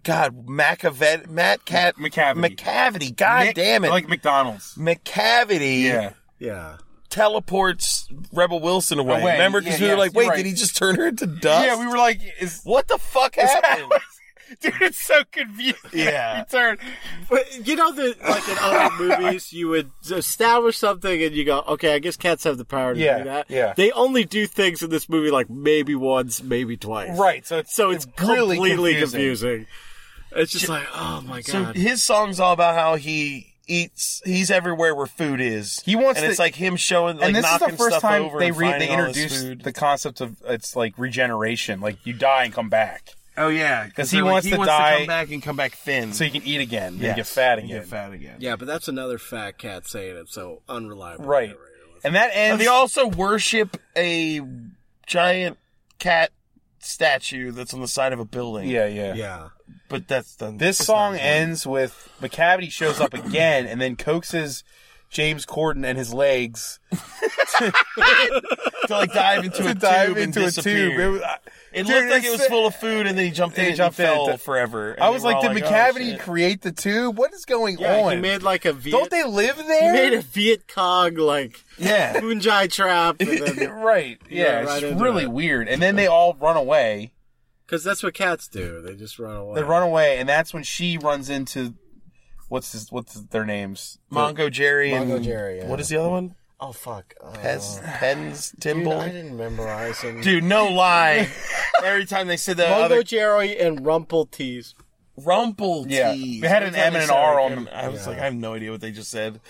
Speaker 2: God, Macavet, Matt Cat
Speaker 3: McCavity.
Speaker 2: McCavity, God
Speaker 3: Nick-
Speaker 2: damn it,
Speaker 3: Like McDonald's.
Speaker 2: McCavity
Speaker 3: Yeah.
Speaker 5: Yeah.
Speaker 2: teleports Rebel Wilson away.
Speaker 3: Away.
Speaker 2: Remember, because
Speaker 3: Yeah,
Speaker 2: we
Speaker 3: yes,
Speaker 2: were like,
Speaker 3: you're
Speaker 2: wait,
Speaker 3: right.
Speaker 2: did he just turn her into dust?
Speaker 3: Yeah, we were like, is
Speaker 2: What the fuck happened?
Speaker 3: Dude, it's so confusing.
Speaker 2: Yeah.
Speaker 3: Return.
Speaker 5: But you know that, like in other movies, you would establish something and you go, "Okay, I guess cats have the power to
Speaker 3: Yeah,
Speaker 5: do that."
Speaker 3: yeah.
Speaker 5: They only do things in this movie like maybe once, maybe twice.
Speaker 3: Right. So it's
Speaker 5: So it's
Speaker 3: really
Speaker 5: completely
Speaker 3: confusing.
Speaker 5: confusing. It's just like, oh my
Speaker 2: so
Speaker 5: god.
Speaker 2: his song's all about how he eats. He's everywhere where food is.
Speaker 3: He wants
Speaker 2: and
Speaker 3: to-
Speaker 2: it's like him showing, like
Speaker 3: and this is
Speaker 2: knocking
Speaker 3: the first
Speaker 2: stuff
Speaker 3: time
Speaker 2: over
Speaker 3: they
Speaker 2: and
Speaker 3: re-
Speaker 2: finding
Speaker 3: they
Speaker 2: all this
Speaker 3: introduced
Speaker 2: food.
Speaker 3: the concept of it's like regeneration, like you die and come back,
Speaker 1: Oh yeah,
Speaker 3: 'Cause he
Speaker 1: they're
Speaker 3: wants
Speaker 1: he
Speaker 3: to
Speaker 1: wants to
Speaker 3: die-
Speaker 1: come back and come back thin.
Speaker 3: so you can eat again and
Speaker 2: Yes.
Speaker 3: get fat again.
Speaker 1: and get fat again.
Speaker 5: Yeah, but that's another fat cat saying it, so unreliable.
Speaker 3: Right. And that
Speaker 2: And
Speaker 3: ends.
Speaker 2: they also worship a giant cat statue that's on the side of a building.
Speaker 3: yeah, yeah,
Speaker 5: Yeah.
Speaker 2: but that's done.
Speaker 3: This song ends with McCavity shows up again and then coaxes James Corden and his legs
Speaker 2: to like dive into
Speaker 3: to
Speaker 2: a tube
Speaker 3: dive
Speaker 2: and
Speaker 3: into a
Speaker 2: disappear.
Speaker 3: tube. It was- I-
Speaker 2: It
Speaker 3: Dude,
Speaker 2: looked like it
Speaker 3: it's-
Speaker 2: was full of food, and then he jumped in
Speaker 3: He
Speaker 2: and
Speaker 3: jumped
Speaker 2: jumped
Speaker 3: in.
Speaker 2: fell forever. And
Speaker 3: I
Speaker 2: they
Speaker 3: was
Speaker 2: were
Speaker 3: like,
Speaker 2: all
Speaker 3: did
Speaker 2: "Oh,
Speaker 3: McCavity
Speaker 2: shit."
Speaker 3: create the tube? What is going
Speaker 5: Yeah,
Speaker 3: on?
Speaker 5: he made like a Viet.
Speaker 3: Don't they live
Speaker 5: He
Speaker 3: there?
Speaker 5: made a Viet Cong like
Speaker 3: yeah.
Speaker 5: Punjai trap, because
Speaker 3: right. Yeah,
Speaker 5: Yeah,
Speaker 3: it's
Speaker 5: right into
Speaker 3: really
Speaker 5: it.
Speaker 3: weird. And then they all run away.
Speaker 5: that's what cats do. They just run away.
Speaker 3: They run away, and that's when she runs into what's his, what's their names?
Speaker 2: Mongo Jerry and
Speaker 5: Mongo Jerry, yeah.
Speaker 2: what is the other one?
Speaker 5: Oh fuck. Uh,
Speaker 2: Pez, Pens,
Speaker 5: dude, I
Speaker 2: Timble.
Speaker 5: didn't memorize them.
Speaker 2: Dude, no lie. Every time they said that,
Speaker 5: Mongo
Speaker 2: other
Speaker 5: Jerry and Rumple Tees.
Speaker 2: Rumple
Speaker 3: Yeah.
Speaker 2: tees.
Speaker 3: They had an
Speaker 2: Every
Speaker 3: M
Speaker 2: time
Speaker 3: and
Speaker 2: they
Speaker 3: an
Speaker 2: said
Speaker 3: R
Speaker 2: it,
Speaker 3: on
Speaker 2: I
Speaker 3: them.
Speaker 2: couldn't- I was like, I have no idea what they just said.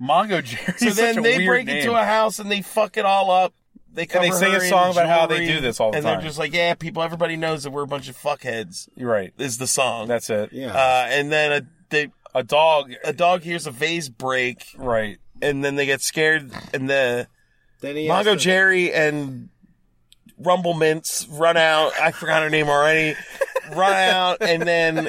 Speaker 3: Mongo Jerry.
Speaker 2: So then they break into a house and they fuck it all up. They cover
Speaker 3: they sing
Speaker 2: her
Speaker 3: a
Speaker 2: in
Speaker 3: song about how they
Speaker 2: jewelry,
Speaker 3: do this all the
Speaker 2: And
Speaker 3: time.
Speaker 2: they're just like, yeah, people. Everybody knows that we're a bunch of fuckheads.
Speaker 3: You're right.
Speaker 2: Is the song?
Speaker 3: That's it.
Speaker 5: Yeah.
Speaker 2: Uh, and then a they,
Speaker 3: A dog.
Speaker 2: a dog hears a vase break,
Speaker 3: Right.
Speaker 2: and then they get scared, and the
Speaker 5: then he has
Speaker 2: Mongo
Speaker 5: to-
Speaker 2: Jerry and Rumble Mints run out. I forgot her name already. Run out, and then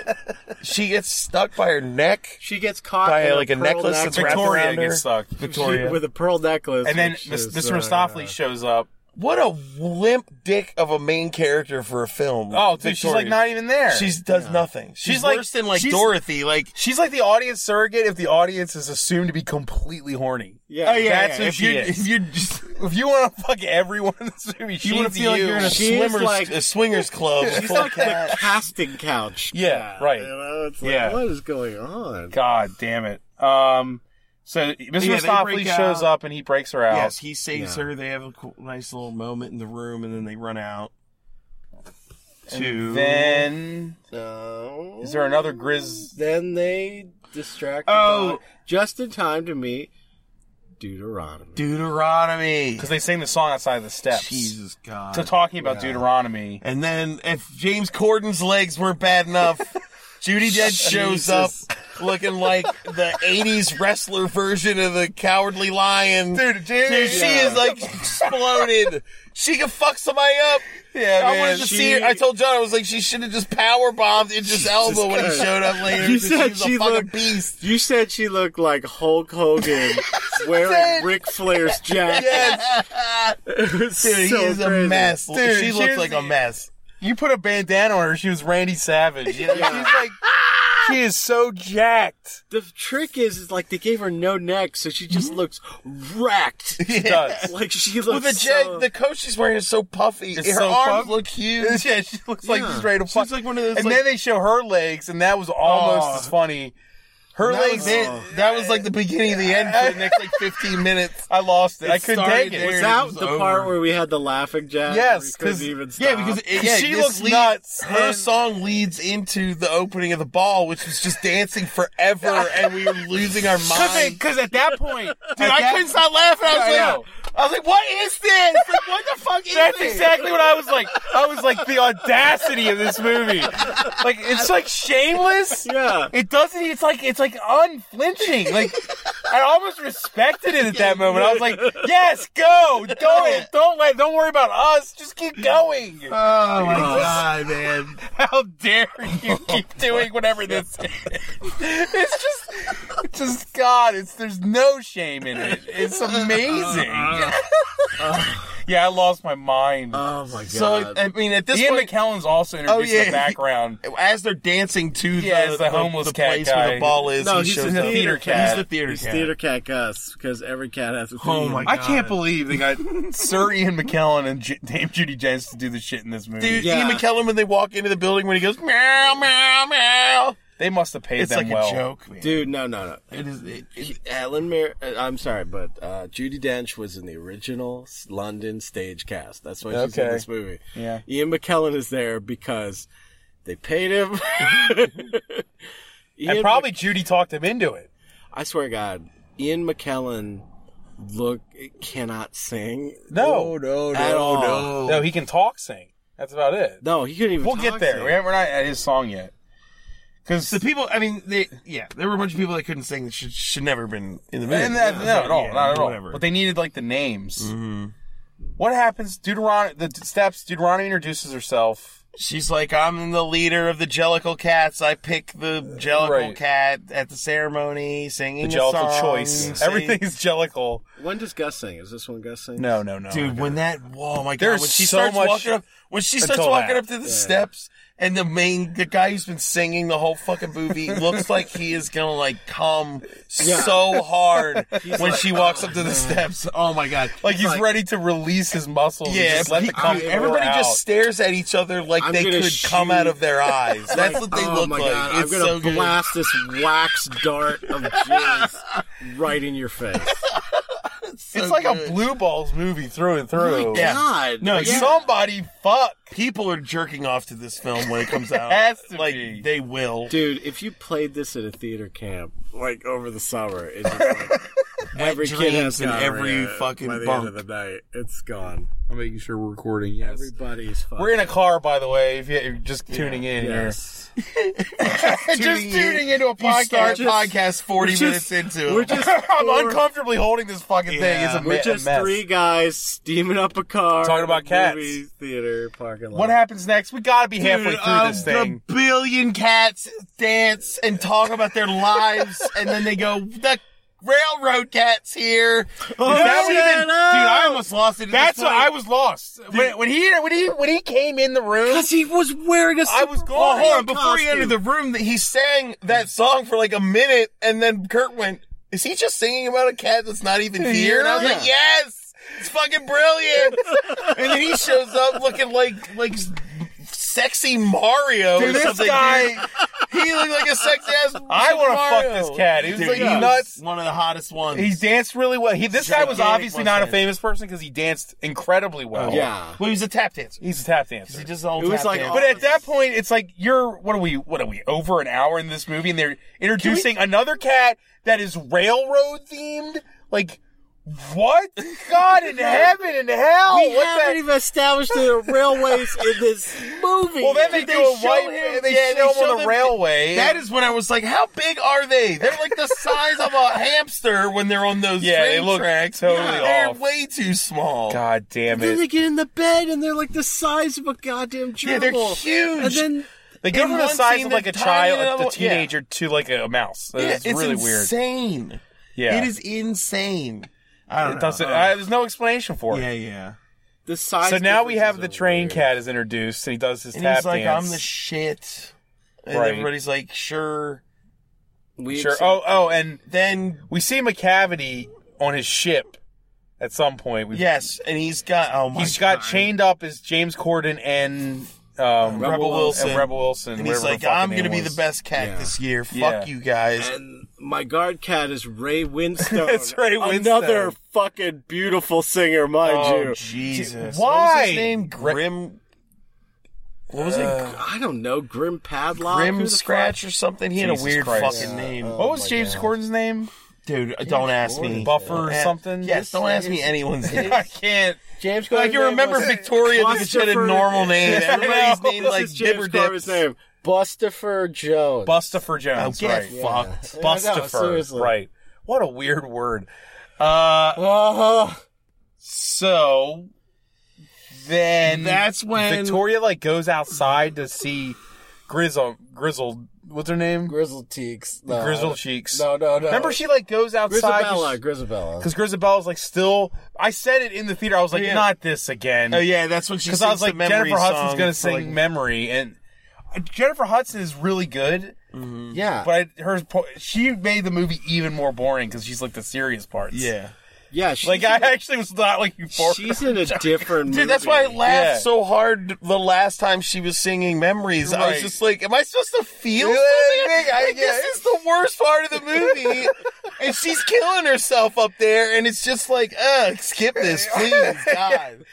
Speaker 2: she gets stuck by her neck.
Speaker 5: She gets caught
Speaker 2: By,
Speaker 5: in
Speaker 2: like, a
Speaker 5: pearl
Speaker 2: necklace that's
Speaker 5: necklace.
Speaker 2: wrapped around
Speaker 3: Victoria
Speaker 2: her.
Speaker 3: gets stuck.
Speaker 2: Victoria.
Speaker 5: with a pearl necklace.
Speaker 3: And then
Speaker 5: which
Speaker 3: Miss-
Speaker 5: is,
Speaker 3: Mr.
Speaker 5: uh,
Speaker 3: Mistopheles
Speaker 5: yeah.
Speaker 3: shows up.
Speaker 2: What a limp dick of a main character for a film.
Speaker 3: Oh, dude, she's like
Speaker 2: Victoria.
Speaker 3: not even there.
Speaker 2: She's does nothing. She's,
Speaker 3: like-
Speaker 2: worse than like
Speaker 3: she's-
Speaker 2: Dorothy. Like
Speaker 3: she's like the audience surrogate if the audience is assumed to be completely horny.
Speaker 5: Yeah. Oh, yeah,
Speaker 3: That's
Speaker 2: yeah.
Speaker 3: who
Speaker 2: If
Speaker 3: she
Speaker 2: you're-
Speaker 3: is.
Speaker 2: if
Speaker 3: you want to fuck everyone in this movie, she
Speaker 2: wanna
Speaker 3: needs you.
Speaker 5: She is
Speaker 2: swimmers
Speaker 5: like-
Speaker 2: a swingers club.
Speaker 5: She's
Speaker 2: full of
Speaker 5: like the
Speaker 2: cats.
Speaker 5: casting couch.
Speaker 3: Yeah, right.
Speaker 5: You know, it's like,
Speaker 3: Yeah.
Speaker 5: what is going on?
Speaker 3: God damn it. Um, so Mr.
Speaker 2: Yeah, they
Speaker 3: Mistopheles
Speaker 2: break
Speaker 3: shows
Speaker 2: out.
Speaker 3: up and he breaks her out.
Speaker 2: Yes, he saves
Speaker 5: Yeah.
Speaker 2: her. They have a cool, nice little moment in the room, and then they run out.
Speaker 3: And
Speaker 2: To
Speaker 3: Then
Speaker 5: No.
Speaker 3: is there another Grizz?
Speaker 5: Then they distract.
Speaker 2: Oh.
Speaker 5: Oh, just in time to meet Deuteronomy.
Speaker 2: Deuteronomy.
Speaker 3: Because they sing the song outside the steps.
Speaker 2: Jesus
Speaker 3: So
Speaker 2: God.
Speaker 3: talking about Deuteronomy.
Speaker 2: And then if James Corden's legs weren't bad enough, Judy Dead shows up looking like the '80s wrestler version of the Cowardly Lion.
Speaker 3: James,
Speaker 2: Dude, she is like exploded. she could fuck somebody up.
Speaker 3: yeah,
Speaker 2: I
Speaker 3: man,
Speaker 2: wanted to
Speaker 3: she-
Speaker 2: see her. I told John I was like, she should have just power bombed in just elbow when he
Speaker 5: Christ.
Speaker 2: showed up later.
Speaker 5: You
Speaker 2: 'cause
Speaker 5: said
Speaker 2: was
Speaker 5: she
Speaker 2: a fucking
Speaker 5: looked-
Speaker 2: beast.
Speaker 5: You said she looked like Hulk Hogan wearing Ric Flair's jacket. It was
Speaker 2: Dude, he
Speaker 5: so
Speaker 2: is a
Speaker 5: crazy.
Speaker 2: mess.
Speaker 3: Dude,
Speaker 2: she
Speaker 3: here's
Speaker 2: looks like
Speaker 3: the-
Speaker 2: a mess.
Speaker 3: You put a bandana on her. She was Randy Savage. You know, She's like, she is so jacked.
Speaker 5: The trick is, is like they gave her no neck, so she just looks wrecked.
Speaker 3: She does.
Speaker 5: Like she
Speaker 2: Well,
Speaker 5: looks.
Speaker 2: Mm-hmm. the jag,
Speaker 5: so-
Speaker 2: the coat she's wearing is so puffy. Her
Speaker 3: It's so
Speaker 2: arms
Speaker 3: puff-
Speaker 2: look huge.
Speaker 3: yeah, she looks like
Speaker 5: Yeah.
Speaker 3: she's ready to fuck.
Speaker 2: She's like one of those.
Speaker 3: and
Speaker 2: like-
Speaker 3: then they show her legs, and that was almost
Speaker 2: Aw.
Speaker 3: as funny. Her
Speaker 2: that
Speaker 3: legs.
Speaker 2: was it. That was like the beginning of the end for the next like 15 minutes.
Speaker 3: I lost it. I couldn't
Speaker 2: started
Speaker 3: take it.
Speaker 2: there.
Speaker 5: was
Speaker 2: it
Speaker 5: that
Speaker 2: was
Speaker 5: the
Speaker 2: over.
Speaker 5: part where we had the laughing jack?
Speaker 3: Yes,
Speaker 5: because
Speaker 3: 'cause-
Speaker 5: even stop?
Speaker 2: Yeah, because it, yeah,
Speaker 3: She
Speaker 2: this
Speaker 3: looks nuts,
Speaker 2: Her
Speaker 3: and-
Speaker 2: song leads into the opening of the ball, which was just dancing forever, and we were losing our mind.
Speaker 3: Because at that point,
Speaker 2: Dude, I couldn't stop laughing. I
Speaker 3: I
Speaker 2: was like, I was like, what is this? Like, what the fuck is
Speaker 3: That's
Speaker 2: this?
Speaker 3: exactly what I was like. I was like the audacity of this movie. Like it's like shameless.
Speaker 5: Yeah.
Speaker 3: It doesn't. e-, It's like it's like unflinching. Like I almost respected it at that moment. I was like, yes, go, go, don't let, don't worry about us. Just keep going.
Speaker 2: Oh my god, man!
Speaker 3: How dare you
Speaker 2: Oh
Speaker 3: keep doing whatever this is? It's just, it's just God. It's there's no shame in it. It's
Speaker 2: Uh,
Speaker 3: amazing. yeah, I lost my mind.
Speaker 5: Oh my god.
Speaker 2: So I mean, at Uh, this
Speaker 3: Ian
Speaker 2: point,
Speaker 3: McKellen's also introduced
Speaker 2: Oh, yeah.
Speaker 3: the background.
Speaker 2: as they're dancing to
Speaker 3: Yeah,
Speaker 2: the,
Speaker 3: it's the homeless
Speaker 2: the
Speaker 3: cat
Speaker 2: place
Speaker 3: guy.
Speaker 2: where the ball is,
Speaker 5: no,
Speaker 2: he
Speaker 5: he's
Speaker 2: shows
Speaker 5: a
Speaker 2: up.
Speaker 5: theater cat.
Speaker 2: He's the theater
Speaker 5: He's
Speaker 2: cat.
Speaker 5: theater cat Gus, because every cat has a theme.
Speaker 2: Oh my
Speaker 3: I can't believe they got Sir Ian McKellen and J- Dame Judy Dench to do the shit in this movie.
Speaker 2: Dude,
Speaker 5: Yeah.
Speaker 2: Ian McKellen when they walk into the building when he goes meow meow meow,
Speaker 3: they must have paid
Speaker 2: it's
Speaker 3: them
Speaker 2: like
Speaker 3: well.
Speaker 2: a joke, man.
Speaker 5: Dude, no, no, no. It is it, it, Alan Mir. uh, I'm sorry, but uh, Judy Dench was in the original s- London stage cast. That's why she's in
Speaker 3: Okay.
Speaker 5: this movie.
Speaker 3: Yeah.
Speaker 5: Ian McKellen is there because they paid him. Ian
Speaker 3: And probably Judy talked him into it.
Speaker 5: I swear to God, Ian McKellen look cannot sing.
Speaker 3: No,
Speaker 2: no,
Speaker 5: At all.
Speaker 3: no, he can talk, sing. That's about it.
Speaker 5: No, he couldn't even.
Speaker 3: We'll
Speaker 5: talk
Speaker 3: get there.
Speaker 5: to
Speaker 3: We
Speaker 5: him.
Speaker 3: haven't- We're not at his song yet. Because
Speaker 2: The people, I mean, they, yeah, there were a bunch of people that couldn't sing that should, should never have been in the movie.
Speaker 3: And that, no, at all,
Speaker 2: yeah,
Speaker 3: not at all.
Speaker 2: whatever.
Speaker 3: But they needed like the names. What happens? Deuteronomy, the d- steps. Deuteronomy introduces herself.
Speaker 2: She's like, I'm the leader of the Jellicle Cats. I pick the Jellicle
Speaker 3: Right.
Speaker 2: Cat at the ceremony, singing
Speaker 3: The
Speaker 2: a
Speaker 3: Jellicle
Speaker 2: song,
Speaker 3: choice.
Speaker 2: sing-
Speaker 3: Everything is Jellicle.
Speaker 5: When does Gus sing? Is this when Gus sings?
Speaker 3: No, no, no.
Speaker 2: Dude, when that, oh my
Speaker 3: There's
Speaker 2: god, when she
Speaker 3: so
Speaker 2: starts
Speaker 3: much
Speaker 2: walking up, when she starts
Speaker 3: until
Speaker 2: walking
Speaker 3: that.
Speaker 2: up to the steps, and the main, the guy who's been singing the whole fucking movie looks like he is gonna like come so hard when she walks up to the steps. Oh my god,
Speaker 3: like he's ready to release his muscles. and
Speaker 2: Yeah,
Speaker 3: just let
Speaker 2: he-
Speaker 3: the cum pour
Speaker 2: everybody
Speaker 3: out.
Speaker 2: just stares at each other like
Speaker 5: I'm
Speaker 2: they
Speaker 5: gonna
Speaker 2: could come
Speaker 5: shoot.
Speaker 2: out of their eyes. That's what they
Speaker 5: oh
Speaker 2: look
Speaker 5: my
Speaker 2: like.
Speaker 5: God,
Speaker 2: It's
Speaker 5: I'm gonna
Speaker 2: so good.
Speaker 5: blast this wax dart of jizz right in your face.
Speaker 3: It's like a blue balls movie through and through.
Speaker 2: Yeah.
Speaker 5: God,
Speaker 3: No,
Speaker 5: yeah.
Speaker 3: somebody fuck.
Speaker 2: People are jerking off to this film when it comes out.
Speaker 3: Has to
Speaker 2: like
Speaker 3: be.
Speaker 2: they will.
Speaker 5: dude, if you played this at a theater camp like over the summer, it's just like every kid
Speaker 2: dreams
Speaker 5: has
Speaker 2: in every
Speaker 5: gonorrhea
Speaker 2: fucking
Speaker 5: by the end
Speaker 2: bunk.
Speaker 5: of the night. It's gone.
Speaker 7: I'm making sure we're recording. Yes.
Speaker 5: Everybody's fucking.
Speaker 3: We're in a car, by the way. If you're just tuning in
Speaker 5: Yes.
Speaker 3: here, just
Speaker 2: Tuning in.
Speaker 3: tuning into a
Speaker 2: You
Speaker 3: podcast.
Speaker 2: start
Speaker 5: Just-
Speaker 2: podcast forty
Speaker 5: we're
Speaker 2: minutes
Speaker 5: just-
Speaker 2: into. it.
Speaker 5: We're just
Speaker 3: I'm
Speaker 5: four-
Speaker 3: uncomfortably holding this fucking thing. It's a,
Speaker 5: We're
Speaker 3: me- a
Speaker 5: just
Speaker 3: mess.
Speaker 5: three guys steaming up a car.
Speaker 3: Talking
Speaker 5: in
Speaker 3: about
Speaker 5: a
Speaker 3: cats.
Speaker 5: Movie theater parking lot.
Speaker 3: What happens next? We gotta be halfway
Speaker 2: Dude,
Speaker 3: through
Speaker 2: um,
Speaker 3: this thing.
Speaker 2: The billion cats dance and talk about their lives, and then they go, the railroad cat's here.
Speaker 5: Oh,
Speaker 3: that
Speaker 5: shit,
Speaker 3: what it-
Speaker 5: no!
Speaker 2: Dude, I almost lost it. at
Speaker 3: That's
Speaker 2: this
Speaker 3: what
Speaker 2: point.
Speaker 3: I was lost when, when he when he when he came in the room.
Speaker 5: Because he was wearing a
Speaker 3: I
Speaker 5: Super
Speaker 3: was
Speaker 5: Mario
Speaker 3: gone.
Speaker 2: Oh, hold on. Before he
Speaker 5: costume.
Speaker 2: entered the room, that he sang that song for like a minute, and then Kurt went, "Is he just singing about a cat that's not even here?" And I was like,
Speaker 5: Yeah.
Speaker 2: "Yes, it's fucking brilliant." and then he shows up looking like like sexy Mario
Speaker 3: Dude,
Speaker 2: or
Speaker 3: this
Speaker 2: something.
Speaker 3: guy-
Speaker 2: dude. he looked like a sexy ass.
Speaker 3: I
Speaker 2: want to
Speaker 3: fuck this cat. He was like nuts.
Speaker 2: One of the hottest ones.
Speaker 3: He danced really well. He this guy was
Speaker 2: Gigantic
Speaker 3: obviously not a
Speaker 2: mustache.
Speaker 3: famous person because he danced incredibly well.
Speaker 5: Yeah.
Speaker 2: well, he was a tap dancer.
Speaker 3: he's a tap dancer.
Speaker 2: He just all
Speaker 5: It was
Speaker 2: tap
Speaker 5: like-
Speaker 2: dancer.
Speaker 3: but at that point, it's like you're what are we what are we over an hour in this movie and they're introducing another cat that is railroad themed. Like what? God in heaven and hell!
Speaker 5: We
Speaker 3: Oh, What's
Speaker 5: haven't
Speaker 3: that?
Speaker 5: even established the railways in this movie.
Speaker 3: Well, then they, do a
Speaker 2: show
Speaker 3: white.
Speaker 2: him-
Speaker 3: they show
Speaker 2: yeah, they
Speaker 3: him
Speaker 2: show
Speaker 3: on the
Speaker 2: them-
Speaker 3: railway.
Speaker 2: That is when I was like, how big are they? They're like the size of a hamster when they're on those
Speaker 3: Yeah,
Speaker 2: train
Speaker 3: they look
Speaker 2: tracks.
Speaker 3: totally
Speaker 2: They're
Speaker 3: off.
Speaker 2: way too small.
Speaker 3: God damn
Speaker 5: Then they
Speaker 3: it!
Speaker 5: get in the bed and they're like the size of a goddamn gerbil.
Speaker 2: they're huge.
Speaker 5: And then
Speaker 3: They go
Speaker 2: in
Speaker 3: from the
Speaker 2: one
Speaker 3: size
Speaker 2: scene
Speaker 3: of like a
Speaker 2: they're
Speaker 3: child,
Speaker 2: tiny,
Speaker 3: like the
Speaker 2: another- yeah.
Speaker 3: teenager, to like a mouse.
Speaker 2: Yeah,
Speaker 3: It's, really weird.
Speaker 2: insane.
Speaker 3: Yeah,
Speaker 2: It is insane. I
Speaker 3: It doesn't. I, there's no explanation for it.
Speaker 2: yeah, yeah.
Speaker 5: the size.
Speaker 3: So now we
Speaker 5: differences
Speaker 3: have the
Speaker 5: are
Speaker 3: train
Speaker 5: weird.
Speaker 3: cat is introduced, and he does his
Speaker 2: And
Speaker 3: tap
Speaker 2: he's like,
Speaker 3: dance.
Speaker 2: I'm the shit. And
Speaker 3: Right.
Speaker 2: everybody's like, sure.
Speaker 5: We
Speaker 3: sure.
Speaker 5: accept-
Speaker 3: Oh, oh, and
Speaker 2: Then,
Speaker 3: we see McCavity on his ship at some point. We,
Speaker 2: yes, and he's got, oh my
Speaker 3: he's
Speaker 2: God.
Speaker 3: got chained up as James Corden and um,
Speaker 2: Rebel Wilson.
Speaker 3: and Rebel Wilson.
Speaker 2: And he's
Speaker 3: whatever the
Speaker 2: like,
Speaker 3: fucking
Speaker 2: I'm
Speaker 3: name
Speaker 2: going to be the
Speaker 3: was.
Speaker 2: best cat
Speaker 5: Yeah.
Speaker 2: this year. Fuck
Speaker 3: Yeah.
Speaker 2: you guys.
Speaker 5: And my guard cat is Ray Winstone.
Speaker 3: It's Ray
Speaker 5: Another
Speaker 3: Winstone.
Speaker 5: fucking beautiful singer, mind
Speaker 2: oh,
Speaker 5: you.
Speaker 2: Jesus.
Speaker 3: Why?
Speaker 2: What was his name? Grim. What was
Speaker 3: uh,
Speaker 2: it?
Speaker 5: I don't know. Grim Padlock. Who
Speaker 2: Grim
Speaker 5: the fuck- Oh.
Speaker 2: Scratch or something. He had
Speaker 3: Jesus
Speaker 2: a weird
Speaker 3: Christ.
Speaker 2: fucking
Speaker 3: Yeah.
Speaker 2: name.
Speaker 3: What was James Corden's name?
Speaker 2: dude, don't ask me.
Speaker 3: Buffer or
Speaker 2: Don't a-
Speaker 3: something?
Speaker 2: Yes, don't ask me anyone's name.
Speaker 3: I can't.
Speaker 5: James
Speaker 2: I can remember Victoria because she had a
Speaker 5: Clusterfuck.
Speaker 2: normal name.
Speaker 3: Yeah, I
Speaker 2: Everybody's
Speaker 3: know.
Speaker 2: name
Speaker 5: This
Speaker 2: like
Speaker 5: is James Carver's
Speaker 2: Dibberdips.
Speaker 5: name. Bustafer Jones.
Speaker 3: Bustafer
Speaker 2: Oh,
Speaker 3: Jones,
Speaker 2: get
Speaker 3: right?
Speaker 2: fucked.
Speaker 5: Yeah, no,
Speaker 3: Bustafer,
Speaker 5: seriously.
Speaker 3: right? What a weird word. Uh,
Speaker 5: Oh,
Speaker 3: so then
Speaker 2: That's when-
Speaker 3: Victoria like goes outside to see Grizzle Grizzle. What's her name?
Speaker 5: Grizzle Teeks. No,
Speaker 3: Grizzle
Speaker 2: uh,
Speaker 3: Cheeks.
Speaker 5: No, no, no.
Speaker 3: Remember, she like goes outside.
Speaker 5: Grizzabella.
Speaker 3: 'cause
Speaker 5: Grizzabella.
Speaker 3: because Grizabella's like still. I said it in the theater. I was like,
Speaker 2: Yeah.
Speaker 3: not this again.
Speaker 2: Oh yeah, that's when she.
Speaker 3: Because I was like,
Speaker 2: sings the memory
Speaker 3: Jennifer Hudson's
Speaker 2: song
Speaker 3: gonna
Speaker 2: for,
Speaker 3: sing
Speaker 2: like-
Speaker 3: "Memory," and uh, Jennifer Hudson is really good,
Speaker 5: yeah.
Speaker 3: but I, her po- she made the movie even more boring because she's like the serious parts.
Speaker 2: yeah,
Speaker 5: yeah. She's
Speaker 3: like I actually was not looking forward.
Speaker 5: She's in a different movie.
Speaker 2: dude, that's why I laughed
Speaker 3: Yeah.
Speaker 2: so hard the last time she was singing "Memories." I
Speaker 3: Right.
Speaker 2: was just like, "Am I supposed to feel?"
Speaker 3: You know what I
Speaker 2: something?
Speaker 3: mean? I
Speaker 2: Like,
Speaker 3: guess.
Speaker 2: this is the worst part of the movie, and she's killing herself up there, and it's just like, "Ugh, skip this, please, God."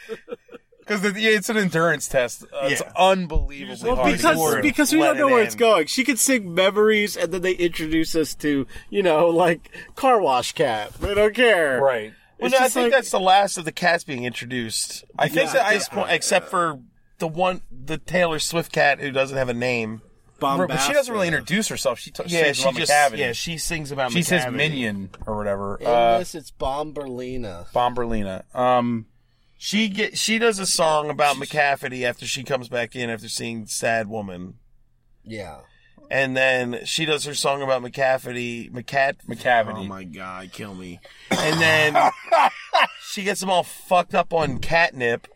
Speaker 3: because it's an endurance test. Uh, It's
Speaker 2: Yeah.
Speaker 3: unbelievably
Speaker 2: Well,
Speaker 3: hard.
Speaker 2: because-
Speaker 3: to do.
Speaker 5: because we
Speaker 2: Let
Speaker 5: don't know
Speaker 2: it
Speaker 5: where
Speaker 2: in.
Speaker 5: it's going. She could sing memories, and then they introduce us to you know like car wash cat. They don't care,
Speaker 3: right.
Speaker 2: Well,
Speaker 5: It's
Speaker 2: no, I
Speaker 5: just
Speaker 2: think
Speaker 5: like-
Speaker 2: that's the last of the cats being introduced. I think
Speaker 3: Yeah.
Speaker 2: that at this point, except for the one, the Taylor Swift cat who doesn't have a name.
Speaker 3: But she doesn't really introduce herself. She t-
Speaker 2: uh, Yeah,
Speaker 3: sings
Speaker 2: she
Speaker 3: about
Speaker 2: just
Speaker 3: McCavity.
Speaker 2: yeah she sings about.
Speaker 3: She's his
Speaker 2: McCavity.
Speaker 3: minion or whatever. Uh,
Speaker 5: Unless it's Bomberlina.
Speaker 3: Bomberlina. Um,
Speaker 2: She get she does a song about McCafferty after she comes back in after seeing Sad Woman,
Speaker 5: Yeah.
Speaker 2: and then she does her song about McCafferty, McCat,
Speaker 3: McCavity.
Speaker 1: my god, kill me.
Speaker 2: and then she gets them all fucked up on catnip,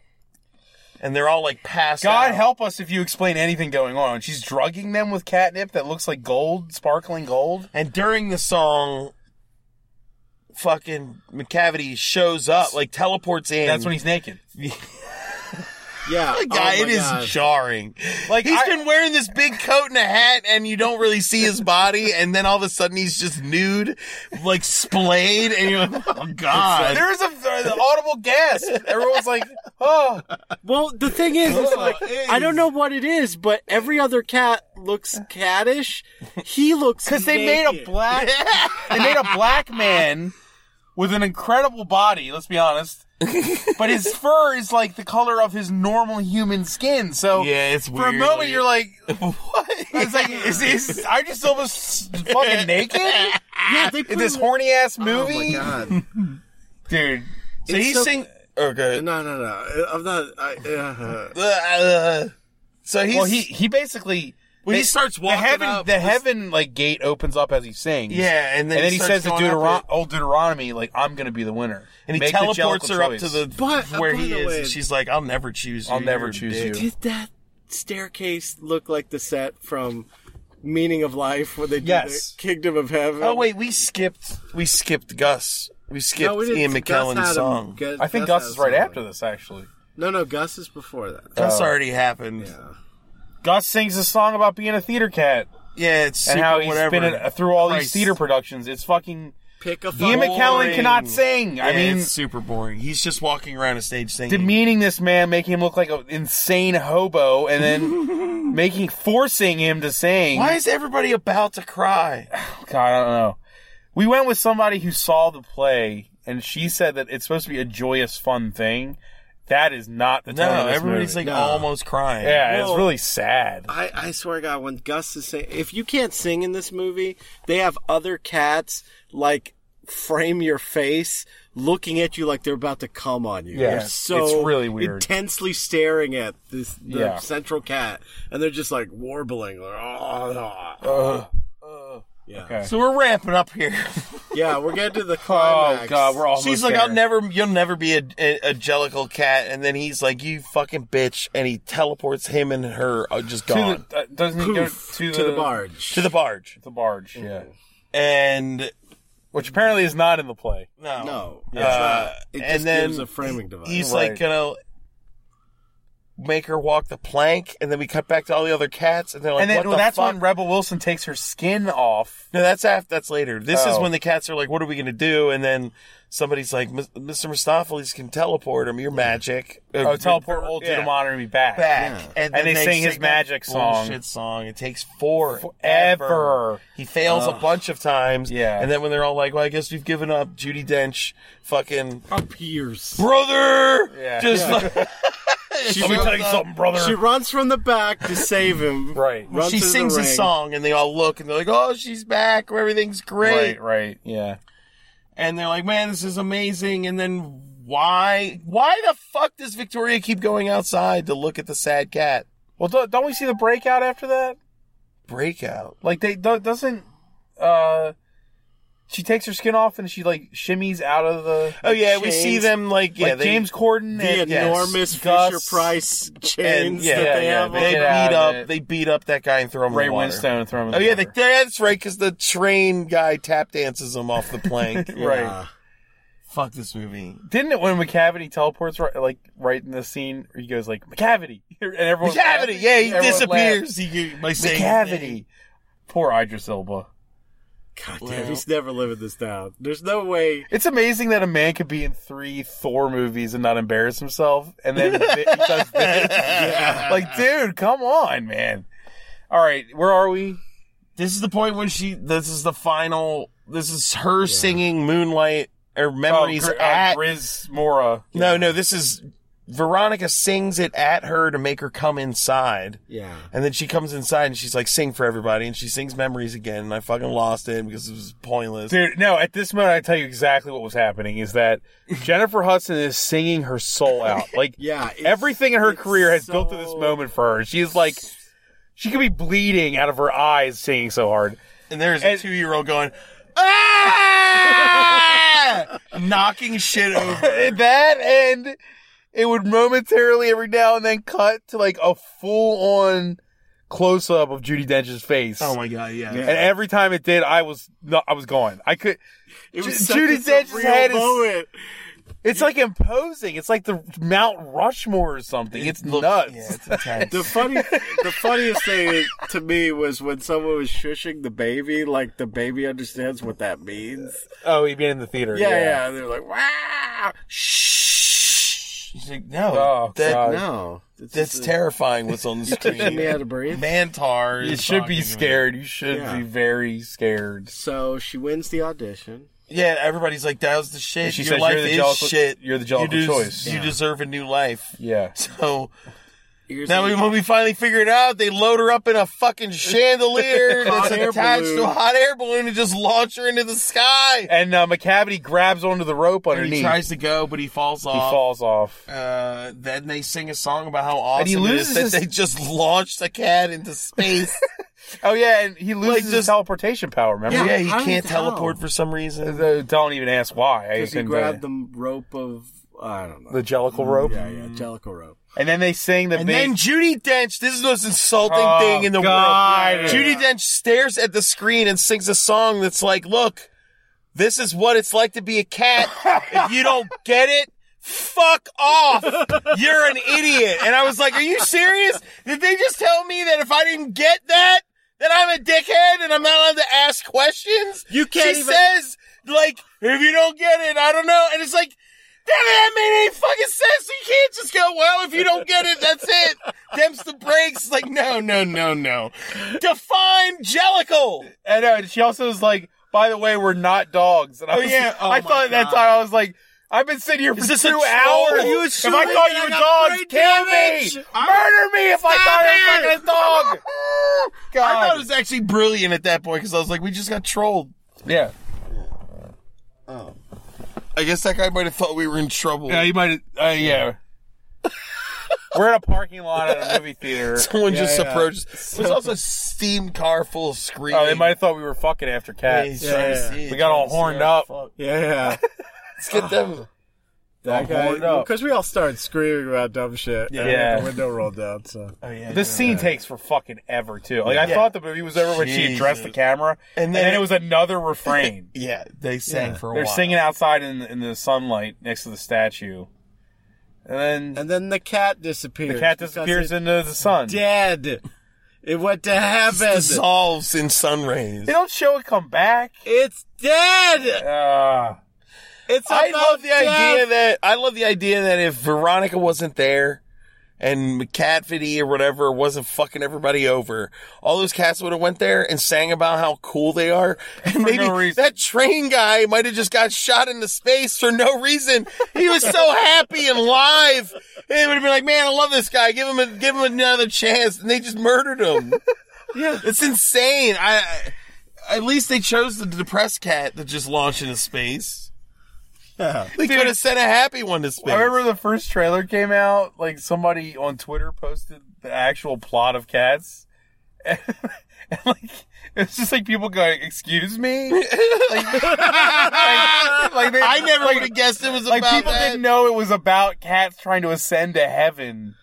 Speaker 2: and they're all like passed.
Speaker 3: God
Speaker 2: out.
Speaker 3: help us if you explain anything going on. She's drugging them with catnip that looks like gold, sparkling gold.
Speaker 2: And during the song, fucking McCavity shows up, like teleports in.
Speaker 3: That's when he's naked.
Speaker 5: Yeah.
Speaker 2: guy.
Speaker 5: oh
Speaker 2: it
Speaker 5: my
Speaker 2: is
Speaker 5: God.
Speaker 2: jarring. Like
Speaker 3: Like,
Speaker 2: he's
Speaker 3: I-
Speaker 2: been wearing this big coat and a hat, and you don't really see his body, and then all of a sudden he's just nude, like splayed, and you're like, oh god.
Speaker 3: There's a an audible gasp. Everyone's like, "Oh,
Speaker 5: Well, the thing is, it's like, I don't know what it is, but every other cat looks cattish. He looks
Speaker 3: because they made a
Speaker 5: naked.
Speaker 3: black, they made a black man with an incredible body. Let's be honest, but his fur is like the color of his normal human skin. So
Speaker 2: Yeah, it's
Speaker 3: for a
Speaker 2: weird.
Speaker 3: moment you're like,
Speaker 2: what?
Speaker 3: it's like, is, is I just almost fucking naked
Speaker 5: yeah. They put
Speaker 3: in this
Speaker 5: him-
Speaker 3: horny ass
Speaker 5: Oh my
Speaker 3: movie,
Speaker 5: god.
Speaker 3: dude?
Speaker 2: So he's
Speaker 5: so-
Speaker 2: sing. Oh, good.
Speaker 5: No, no, no. I'm not. I, uh,
Speaker 2: Uh, so he's
Speaker 3: well, he he basically
Speaker 2: Well, he
Speaker 3: they-
Speaker 2: starts walking
Speaker 3: the heaven
Speaker 2: up.
Speaker 3: the heaven like gate opens up as he sings.
Speaker 2: yeah, and then
Speaker 3: and then he says
Speaker 2: starts
Speaker 3: to
Speaker 2: going up
Speaker 3: Deuteron-
Speaker 2: it,
Speaker 3: old Deuteronomy, like I'm gonna be the winner,
Speaker 2: and he
Speaker 3: Make the
Speaker 2: teleports
Speaker 3: jellicle
Speaker 2: her up
Speaker 3: choice.
Speaker 2: to the
Speaker 5: But, uh,
Speaker 2: where
Speaker 5: by
Speaker 2: he
Speaker 5: the
Speaker 2: is,
Speaker 5: way-
Speaker 2: and she's like, "I'll never choose you.
Speaker 3: I'll never
Speaker 2: you're a
Speaker 3: choose
Speaker 2: dick."
Speaker 3: you.
Speaker 5: did that staircase look like the set from Meaning of Life when they did
Speaker 3: Yes.
Speaker 5: the Kingdom of Heaven?
Speaker 2: Oh wait, we skipped. We skipped Gus. We skipped
Speaker 5: we didn't.
Speaker 2: Ian
Speaker 5: Gus had
Speaker 2: McKellen's
Speaker 5: him.
Speaker 2: song.
Speaker 5: Gus-
Speaker 3: I think Gus,
Speaker 5: had
Speaker 3: is
Speaker 5: a
Speaker 3: right
Speaker 5: song.
Speaker 3: after this actually.
Speaker 5: No, no, Gus is before that.
Speaker 2: Gus already happened.
Speaker 3: Gus sings a song about being a theater cat
Speaker 2: Yeah, it's
Speaker 3: and
Speaker 2: super
Speaker 3: how he's
Speaker 2: whatever.
Speaker 3: been in- through all
Speaker 2: Christ.
Speaker 3: these theater productions. It's fucking
Speaker 5: Pick a
Speaker 3: Ian
Speaker 5: fucking-
Speaker 3: McKellen cannot sing. I
Speaker 2: Yeah,
Speaker 3: mean,
Speaker 2: it's super boring. He's just walking around a stage singing.
Speaker 3: demeaning this man, making him look like an insane hobo, and then making forcing him to sing.
Speaker 2: Why is everybody about to cry?
Speaker 3: God, I don't know. We went with somebody who saw the play, and she said that it's supposed to be a joyous, fun thing. That is not the tone.
Speaker 2: No,
Speaker 3: of this
Speaker 2: everybody's
Speaker 3: movie.
Speaker 2: like almost crying.
Speaker 3: yeah,
Speaker 5: Well- Oh,
Speaker 3: it's really sad.
Speaker 5: I, I swear to God, when Gus is saying, if you can't sing in this movie, they have other cats like frame your face, looking at you like they're about to come on you.
Speaker 3: Yeah,
Speaker 5: They're
Speaker 3: it's-
Speaker 5: so
Speaker 3: it's really weird.
Speaker 5: Intensely staring at this the
Speaker 3: Yeah.
Speaker 5: central cat, and they're just like warbling. Like, oh, oh." yeah,
Speaker 3: Okay.
Speaker 2: So we're ramping up here.
Speaker 5: yeah, we're getting to the
Speaker 3: Oh
Speaker 5: climax.
Speaker 3: God, we're almost.
Speaker 2: She's like,
Speaker 3: there.
Speaker 2: "I'll never, you'll never be a, a, a jellicle cat," and then he's like, "You fucking bitch!" and he teleports him and her uh, just gone
Speaker 3: To the, uh, doesn't he go
Speaker 5: Poof,
Speaker 3: to,
Speaker 5: to the barge.
Speaker 2: to the barge.
Speaker 3: The barge, yeah.
Speaker 2: And
Speaker 3: Which apparently is not in the play.
Speaker 2: no,
Speaker 5: No, it's
Speaker 2: Uh,
Speaker 5: not. it just
Speaker 2: and then
Speaker 5: gives a framing device.
Speaker 2: he's like
Speaker 3: Right.
Speaker 2: gonna make her walk the plank, and then we cut back to all the other cats, and they're like,
Speaker 3: and then
Speaker 2: "What
Speaker 3: well,
Speaker 2: the
Speaker 3: that's
Speaker 2: fuck?"
Speaker 3: when Rebel Wilson takes her skin off.
Speaker 2: no, that's after. That's later. This is
Speaker 3: Oh.
Speaker 2: when the cats are like, "What are we gonna do?" And then somebody's like, "Mis- "Mr. Mistopheles can teleport him. You're magic." Uh,
Speaker 3: Oh, teleport old
Speaker 2: yeah.
Speaker 3: Deuteronomy back.
Speaker 2: back, and, then
Speaker 3: they sing his
Speaker 2: that
Speaker 3: magic song.
Speaker 2: Bullshit song. It takes forever.
Speaker 3: Forever.
Speaker 2: He fails a bunch of times.
Speaker 3: Yeah.
Speaker 2: and then when they're all like, "Well, I guess we've given up," Judy Dench, fucking
Speaker 5: appears.
Speaker 2: brother,
Speaker 3: Yeah.
Speaker 2: just like, let me tell you something, brother.
Speaker 5: She runs from the back to save him.
Speaker 3: Right.
Speaker 5: Runs
Speaker 2: she
Speaker 5: to the
Speaker 2: sings a
Speaker 5: ring.
Speaker 2: song and they all look and they're like, "Oh, she's back! Everything's great!"
Speaker 3: Right, right, yeah.
Speaker 2: And they're like, "Man, this is amazing!" And then why? Why the fuck does Victoria keep going outside to look at the sad cat
Speaker 3: Well, don't, don't we see the breakout after that?
Speaker 2: breakout?
Speaker 3: Like they do, doesn't. uh She takes her skin off and she like shimmies out of the.
Speaker 2: Oh yeah, we see
Speaker 5: chains.
Speaker 2: them like yeah,
Speaker 3: like
Speaker 2: they,
Speaker 3: James Corden
Speaker 5: the
Speaker 3: and
Speaker 5: enormous
Speaker 3: Gus
Speaker 5: Fisher Price
Speaker 2: and
Speaker 5: chains
Speaker 2: yeah,
Speaker 5: that they
Speaker 3: yeah,
Speaker 5: have.
Speaker 3: they
Speaker 5: on.
Speaker 2: they
Speaker 3: get out
Speaker 2: beat
Speaker 3: of
Speaker 2: up
Speaker 3: it.
Speaker 2: they beat up that guy and throw him
Speaker 3: Ray
Speaker 2: in the water.
Speaker 3: Winstone and throw him. In
Speaker 2: Oh
Speaker 3: the
Speaker 2: yeah, they,
Speaker 3: water.
Speaker 2: that's right because the train guy tap dances him off the plank.
Speaker 3: right.
Speaker 2: Fuck this movie.
Speaker 3: Didn't it when McCavity teleports right, like right in the scene? He goes like McCavity, and everyone
Speaker 2: Cavity,
Speaker 3: laughs.
Speaker 2: yeah, he
Speaker 3: Everyone
Speaker 2: disappears. He, by saying his name.
Speaker 3: McCavity. Poor Idris Elba.
Speaker 5: God damn, he's never living this down. There's no way.
Speaker 3: It's amazing that a man could be in three Thor movies and not embarrass himself, and then thi- he does this. Like, dude, come on, man. All right, where are we?
Speaker 2: This is the point when she. This is the final. This is her singing "Moonlight"
Speaker 3: Oh,
Speaker 2: or "Memories"
Speaker 3: Gri- uh,
Speaker 2: at.
Speaker 3: Grizz Mora.
Speaker 2: no, no. This is Veronica sings it at her to make her come inside,
Speaker 5: Yeah.
Speaker 2: and then she comes inside and she's like, "Sing for everybody," and she sings "Memories" again, and I fucking lost it because it was pointless.
Speaker 3: Dude, no, at this moment, I tell you exactly what was happening is that Jennifer Hudson is singing her soul out. Like,
Speaker 5: Yeah, it's-
Speaker 3: everything in her
Speaker 5: it's
Speaker 3: career has built to this
Speaker 5: so-
Speaker 3: moment for her. She's like, she could be bleeding out of her eyes singing so hard.
Speaker 2: And there's a
Speaker 3: And-
Speaker 2: two year old going, ah! knocking shit
Speaker 3: Oh
Speaker 2: over.
Speaker 3: eh, that and it would momentarily every now and then cut to like a full on close up of Judy Dench's face.
Speaker 2: Oh my god, yeah.
Speaker 3: and every time it did, I was no, I was gone. I could.
Speaker 5: It
Speaker 3: Ju-
Speaker 5: such
Speaker 3: Judi
Speaker 5: a
Speaker 3: Dench's
Speaker 5: surreal
Speaker 3: head is-
Speaker 5: moment.
Speaker 3: It's like imposing. It's like the Mount Rushmore or something. It's nuts.
Speaker 2: Yeah, it's intense.
Speaker 5: The funny, the funniest thing to me was when someone was shushing the baby, like the baby understands what that means.
Speaker 3: Oh, you mean in the theater?
Speaker 5: Yeah, yeah. They're like, wow.
Speaker 2: She's like, no,
Speaker 3: Oh,
Speaker 2: that,
Speaker 3: God.
Speaker 5: No, it's
Speaker 2: Uh, that's
Speaker 5: just-
Speaker 2: terrifying what's on the
Speaker 5: Teaching me
Speaker 2: screen.
Speaker 5: how to breathe.
Speaker 2: Mantar.
Speaker 3: You
Speaker 2: is
Speaker 3: should be
Speaker 2: talking to me.
Speaker 3: scared. You should
Speaker 5: Yeah.
Speaker 3: be very scared.
Speaker 5: So she wins the audition.
Speaker 2: Yeah, everybody's like, that was the shit.
Speaker 3: She
Speaker 2: Your
Speaker 3: says,
Speaker 2: life
Speaker 3: "You're the
Speaker 2: is
Speaker 3: jellicle-
Speaker 2: shit.
Speaker 3: you're the jellicle
Speaker 2: you des-
Speaker 3: choice."
Speaker 2: You
Speaker 5: Yeah.
Speaker 2: deserve a new life.
Speaker 3: Yeah.
Speaker 2: So
Speaker 5: Here's
Speaker 2: now
Speaker 5: the-
Speaker 2: we, when we finally figure it out, they load her up in a fucking chandelier that's
Speaker 5: Hot air
Speaker 2: attached to a
Speaker 5: balloon.
Speaker 2: hot air balloon and just launch her into the sky.
Speaker 3: And uh, McCavity grabs onto the rope
Speaker 2: And
Speaker 3: underneath.
Speaker 2: he tries to go, but he falls
Speaker 3: He
Speaker 2: off.
Speaker 3: falls off.
Speaker 2: Uh, then they sing a song about how awesome
Speaker 3: And he loses
Speaker 2: it is
Speaker 3: his-
Speaker 2: that they just launched a cat into space.
Speaker 3: Oh yeah, and he loses his
Speaker 2: just-
Speaker 3: teleportation power. Remember?
Speaker 2: yeah, he
Speaker 5: how did
Speaker 2: can't
Speaker 5: he go?
Speaker 2: teleport for some reason.
Speaker 3: Uh, Don't even ask why. I
Speaker 5: Because he
Speaker 3: couldn't
Speaker 5: grabbed
Speaker 3: tell
Speaker 5: the rope of I don't know
Speaker 3: you. uh, the jellicle rope.
Speaker 5: Yeah, yeah, jellicle rope.
Speaker 3: And then they sing the
Speaker 2: And
Speaker 3: big-
Speaker 2: then Judy Dench, this is the most insulting
Speaker 3: Oh,
Speaker 2: thing in the
Speaker 3: God.
Speaker 2: world. Judy Dench stares at the screen and sings a song that's like, look, this is what it's like to be a cat. if you don't get it, fuck off. You're an idiot. And I was like, are you serious? Did they just tell me that if I didn't get that, that I'm a dickhead and I'm not allowed to ask questions?
Speaker 5: You can't
Speaker 2: She
Speaker 5: even-
Speaker 2: says, like, if you don't get it, I don't know. And it's like, that, that made any fucking sense. You can't just go, well, if you don't get it, that's it. Them's the breaks. Like, no, no, no, no. Define Jellicle.
Speaker 3: I know. And she also was like, "By the way, we're not dogs." And I
Speaker 2: Oh,
Speaker 3: was,
Speaker 2: yeah. Oh,
Speaker 3: I
Speaker 2: my
Speaker 3: thought at that
Speaker 2: God.
Speaker 3: time I was like, "I've been sitting here for
Speaker 2: Is this a
Speaker 3: two
Speaker 2: troll?
Speaker 3: hours.
Speaker 2: You
Speaker 3: if I
Speaker 2: assuming
Speaker 3: thought
Speaker 2: that
Speaker 3: you
Speaker 2: I
Speaker 3: were
Speaker 2: got
Speaker 3: dogs,
Speaker 2: brain
Speaker 3: kill
Speaker 2: damage?
Speaker 3: me, murder me if I thought I was fucking a dog." God.
Speaker 2: I thought it was actually brilliant at that point because I was like, we just got trolled.
Speaker 3: yeah.
Speaker 2: Oh. I guess that guy might have thought we were in trouble.
Speaker 3: Yeah, you might. Uh, yeah. We're in a parking lot at a movie theater.
Speaker 2: Someone
Speaker 3: Yeah,
Speaker 2: just
Speaker 3: yeah.
Speaker 2: approached. There's also a steam car full of screaming.
Speaker 3: Oh, they might have thought we were fucking after cats.
Speaker 2: He's trying to
Speaker 5: Yeah.
Speaker 2: see it,
Speaker 3: We got all
Speaker 2: trying to see
Speaker 3: horned
Speaker 2: it.
Speaker 3: up.
Speaker 2: Fuck.
Speaker 5: Yeah, yeah.
Speaker 2: Let's get them.
Speaker 5: That
Speaker 3: horned
Speaker 5: guy,
Speaker 3: up.
Speaker 5: because we all started screaming about dumb shit. and
Speaker 3: Yeah.
Speaker 5: The window rolled down. So
Speaker 2: Oh, yeah.
Speaker 3: This scene takes for fucking ever too. Like I thought the movie was over when she addressed the
Speaker 2: Jesus.
Speaker 3: camera,
Speaker 2: And
Speaker 3: and
Speaker 2: then
Speaker 3: then,
Speaker 2: it-
Speaker 3: it was another refrain.
Speaker 2: Yeah, they sang for a
Speaker 3: They're
Speaker 2: while.
Speaker 3: singing outside in in the sunlight next to the statue, and then
Speaker 5: and then the cat disappears.
Speaker 3: the cat
Speaker 5: because
Speaker 3: disappears
Speaker 5: it's
Speaker 3: into the sun.
Speaker 5: dead. It went to heaven.
Speaker 2: dissolves in sun rays.
Speaker 3: They don't show it come back.
Speaker 5: It's dead.
Speaker 3: Uh,
Speaker 5: It's
Speaker 2: I love
Speaker 5: about
Speaker 2: the
Speaker 5: death.
Speaker 2: idea that I love the idea that if Veronica wasn't there and McCatfitty or whatever wasn't fucking everybody over, all those cats would have went there and sang about how cool they are. And maybe
Speaker 3: no reason.
Speaker 2: that train guy might have just got shot into space for no reason. He was so happy and live. And they would have been like, "Man, I love this guy. Give him a, give him another chance." And they just murdered him.
Speaker 5: Yeah.
Speaker 2: It's insane. I, I at least they chose the depressed cat to just launch into space.
Speaker 5: Yeah.
Speaker 2: They could have sent a happy one to space.
Speaker 3: I remember the first trailer came out. Like somebody on Twitter posted the actual plot of Cats, and, and like it's just like people going, "Excuse me," like, like, like they,
Speaker 2: Ah! I never
Speaker 3: like,
Speaker 2: would have guessed it was
Speaker 3: like
Speaker 2: about
Speaker 3: people
Speaker 2: that.
Speaker 3: didn't know it was about cats trying to ascend to heaven.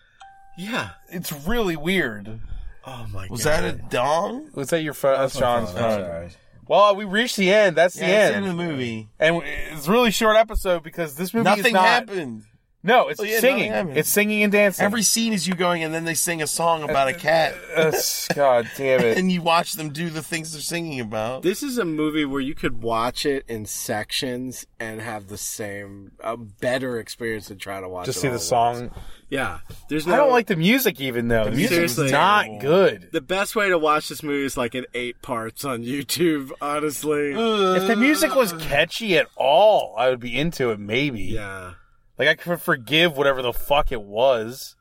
Speaker 5: Yeah.
Speaker 3: It's really weird.
Speaker 5: Oh my
Speaker 2: Was
Speaker 5: god.
Speaker 2: that a dong?
Speaker 3: Was that your phone? That's John's
Speaker 5: phone. I'm
Speaker 3: phone. Well, we reached the end. That's the
Speaker 2: it's
Speaker 3: end,
Speaker 2: in the movie.
Speaker 3: and it's a really short episode because this movie is
Speaker 2: Nothing
Speaker 3: not-
Speaker 2: happened.
Speaker 3: No, it's
Speaker 2: yeah, no,
Speaker 3: singing.
Speaker 2: yeah, I mean-
Speaker 3: It's singing and dancing.
Speaker 2: Every scene is you going, and then they sing a song about a cat,
Speaker 3: Uh, God damn it.
Speaker 2: and you watch them do the things they're singing about.
Speaker 5: This is a movie where you could watch it in sections and have the same, a better experience than trying to watch.
Speaker 3: Just
Speaker 5: it
Speaker 3: see
Speaker 5: all
Speaker 3: the
Speaker 5: at
Speaker 3: song.
Speaker 5: once. Yeah, there's. No,
Speaker 3: I don't like the music even though. The music's
Speaker 5: Seriously.
Speaker 3: not good.
Speaker 5: the best way to watch this movie is like in eight parts on YouTube. Honestly,
Speaker 3: If the music was catchy at all, I would be into it maybe.
Speaker 5: yeah,
Speaker 3: Like I could forgive whatever the fuck it was.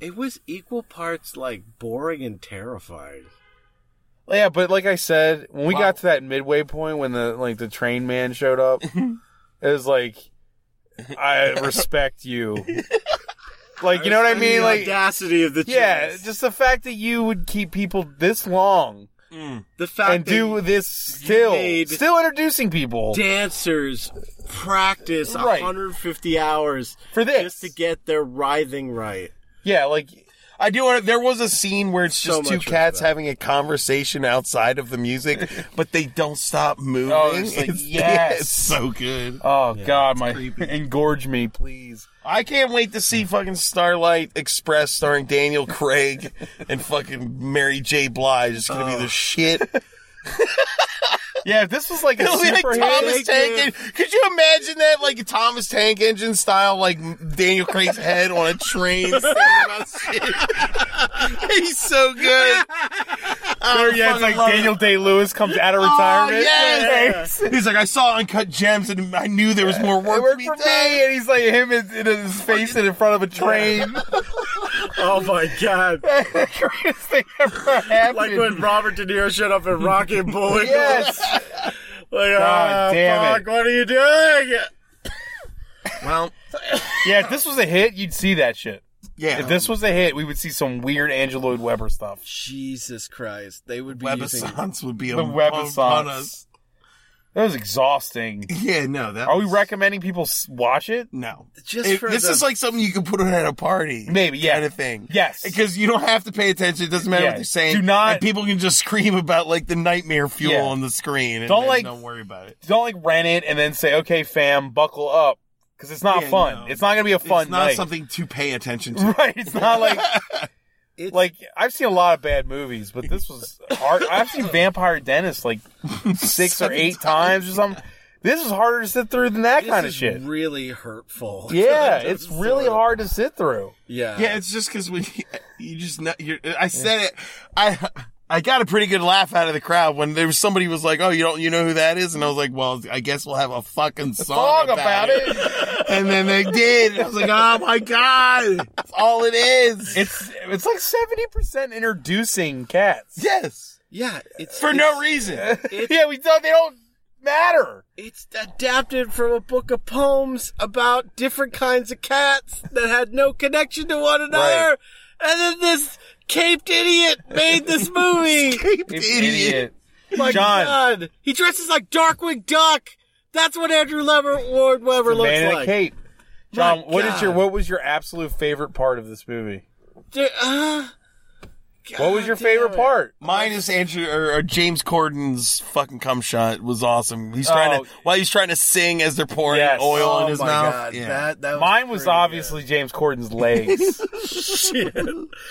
Speaker 5: it was equal parts like boring and terrifying.
Speaker 3: Yeah, but like I said, when we got to that midway point when the like the train man showed up, it was like I respect you. like you know what I
Speaker 5: And
Speaker 3: mean?
Speaker 5: the
Speaker 3: Like
Speaker 5: audacity of the
Speaker 3: yeah,
Speaker 5: choice.
Speaker 3: just the fact that you would keep people this long
Speaker 5: the fact
Speaker 3: and
Speaker 5: that
Speaker 3: do this still
Speaker 5: made-
Speaker 3: still introducing people
Speaker 5: dancers practice
Speaker 3: Right.
Speaker 5: 150 hours
Speaker 3: for this.
Speaker 5: just to get their writhing right.
Speaker 3: yeah, like
Speaker 2: I do. want to- There was a scene where it's
Speaker 5: So
Speaker 2: just two
Speaker 5: much
Speaker 2: cats
Speaker 5: respect.
Speaker 2: having a conversation outside of the music, but they don't stop moving.
Speaker 3: Oh, it's like, yes.
Speaker 2: it's so good.
Speaker 3: oh god, my engorge me, please.
Speaker 2: I can't wait to see fucking Starlight Express starring Daniel Craig and fucking Mary J. Blige. It's gonna be
Speaker 3: Oh.
Speaker 2: the shit.
Speaker 3: Yeah, if this was like a
Speaker 2: It'll be like
Speaker 3: super
Speaker 2: Thomas
Speaker 3: hit,
Speaker 2: Tank. En- Could you imagine that, like Thomas Tank Engine style, like Daniel Craig's head on a train? singing about shit? He's so good.
Speaker 3: or yeah, it's like Daniel Day Lewis comes out
Speaker 5: Oh,
Speaker 3: of retirement.
Speaker 2: yes. He's like, I saw Uncut Gems, and I knew there was more
Speaker 3: It
Speaker 2: work to
Speaker 3: worked
Speaker 2: be
Speaker 3: for
Speaker 2: done.
Speaker 3: me, and he's like him in, in his face and in front of a train.
Speaker 5: Oh my god.
Speaker 3: the greatest thing ever happened.
Speaker 5: Like when Robert De Niro showed up in Rocky and Bullet.
Speaker 3: yes,
Speaker 5: Like,
Speaker 3: God
Speaker 5: "Ah,
Speaker 3: damn
Speaker 5: fuck,
Speaker 3: it.
Speaker 5: what are you doing?
Speaker 2: Well,
Speaker 3: yeah. If this was a hit, you'd see that shit.
Speaker 2: yeah.
Speaker 3: If this was a hit, we would see some weird Angeloid Weber stuff.
Speaker 5: Jesus Christ. They would be using
Speaker 2: Webisons would be a
Speaker 3: The
Speaker 2: pun- pun
Speaker 3: Webisons.
Speaker 2: us.
Speaker 3: That was exhausting.
Speaker 2: Yeah, no. That
Speaker 3: Are we
Speaker 2: was-
Speaker 3: recommending people s- watch it?
Speaker 2: No.
Speaker 5: just
Speaker 2: If-
Speaker 5: for
Speaker 2: this
Speaker 5: the-
Speaker 2: is like something you can put on at a party.
Speaker 3: Maybe, yeah.
Speaker 2: Kind of thing.
Speaker 3: Yes.
Speaker 2: Because you don't have to pay attention. It doesn't matter
Speaker 3: Yeah.
Speaker 2: what they're saying.
Speaker 3: Do not-
Speaker 2: And people can just scream about like the nightmare fuel
Speaker 3: Yeah.
Speaker 2: on the screen. and
Speaker 3: Don't,
Speaker 2: then
Speaker 3: like-
Speaker 2: Don't worry about it.
Speaker 3: Don't like rent it and then say, "Okay, fam, buckle up," because it's not
Speaker 2: Yeah,
Speaker 3: fun.
Speaker 2: no.
Speaker 3: It's not gonna be a fun
Speaker 2: it's not
Speaker 3: night.
Speaker 2: something to pay attention to.
Speaker 3: right? It's not like
Speaker 5: It's-
Speaker 3: like I've seen a lot of bad movies, but this was hard. I've seen Vampire Dentist like six or
Speaker 2: Seven
Speaker 3: eight times or something. This is harder to sit through than that
Speaker 5: this
Speaker 3: kind of
Speaker 5: is
Speaker 3: shit.
Speaker 5: really hurtful.
Speaker 3: yeah,
Speaker 5: This
Speaker 3: it's
Speaker 5: is
Speaker 3: really
Speaker 5: sort of-
Speaker 3: hard to sit through.
Speaker 5: Yeah.
Speaker 2: Yeah, it's just because when you, you just know, you're, I said it. I I got a pretty good laugh out of the crowd when there was somebody was like, "Oh, you don't you know who that is?" And I was like, "Well, I guess we'll have a fucking song,
Speaker 3: Song about it.
Speaker 2: and then they did. And I was like, "Oh my god, that's all it is."
Speaker 3: It's it's like seventy percent introducing cats.
Speaker 2: yes,
Speaker 5: yeah, it's
Speaker 2: for
Speaker 5: it's,
Speaker 2: no reason.
Speaker 3: yeah, we don't. They don't matter.
Speaker 5: It's adapted from a book of poems about different kinds of cats that had no connection to one another. And then this caped idiot made this movie. My
Speaker 3: John.
Speaker 5: God. He dresses like Darkwing Duck. That's what Andrew Lever- Ward Weber looks
Speaker 3: Man in a
Speaker 5: like.
Speaker 3: cape. John,
Speaker 5: My
Speaker 3: what did your
Speaker 5: God.
Speaker 3: what was your absolute favorite part of this movie?
Speaker 5: D- uh,
Speaker 3: What was your
Speaker 5: God
Speaker 3: favorite
Speaker 5: damn it.
Speaker 3: part?
Speaker 2: Mine is Andrew or, or James Corden's fucking cum shot was awesome. He's trying
Speaker 3: Oh.
Speaker 2: to while he's trying to sing as they're pouring
Speaker 3: Yes.
Speaker 2: oil
Speaker 5: Oh
Speaker 2: in his
Speaker 5: my
Speaker 2: mouth.
Speaker 5: God,
Speaker 2: Yeah.
Speaker 5: that, that was
Speaker 3: Mine was
Speaker 5: pretty
Speaker 3: obviously James Corden's legs.
Speaker 5: good. Shit.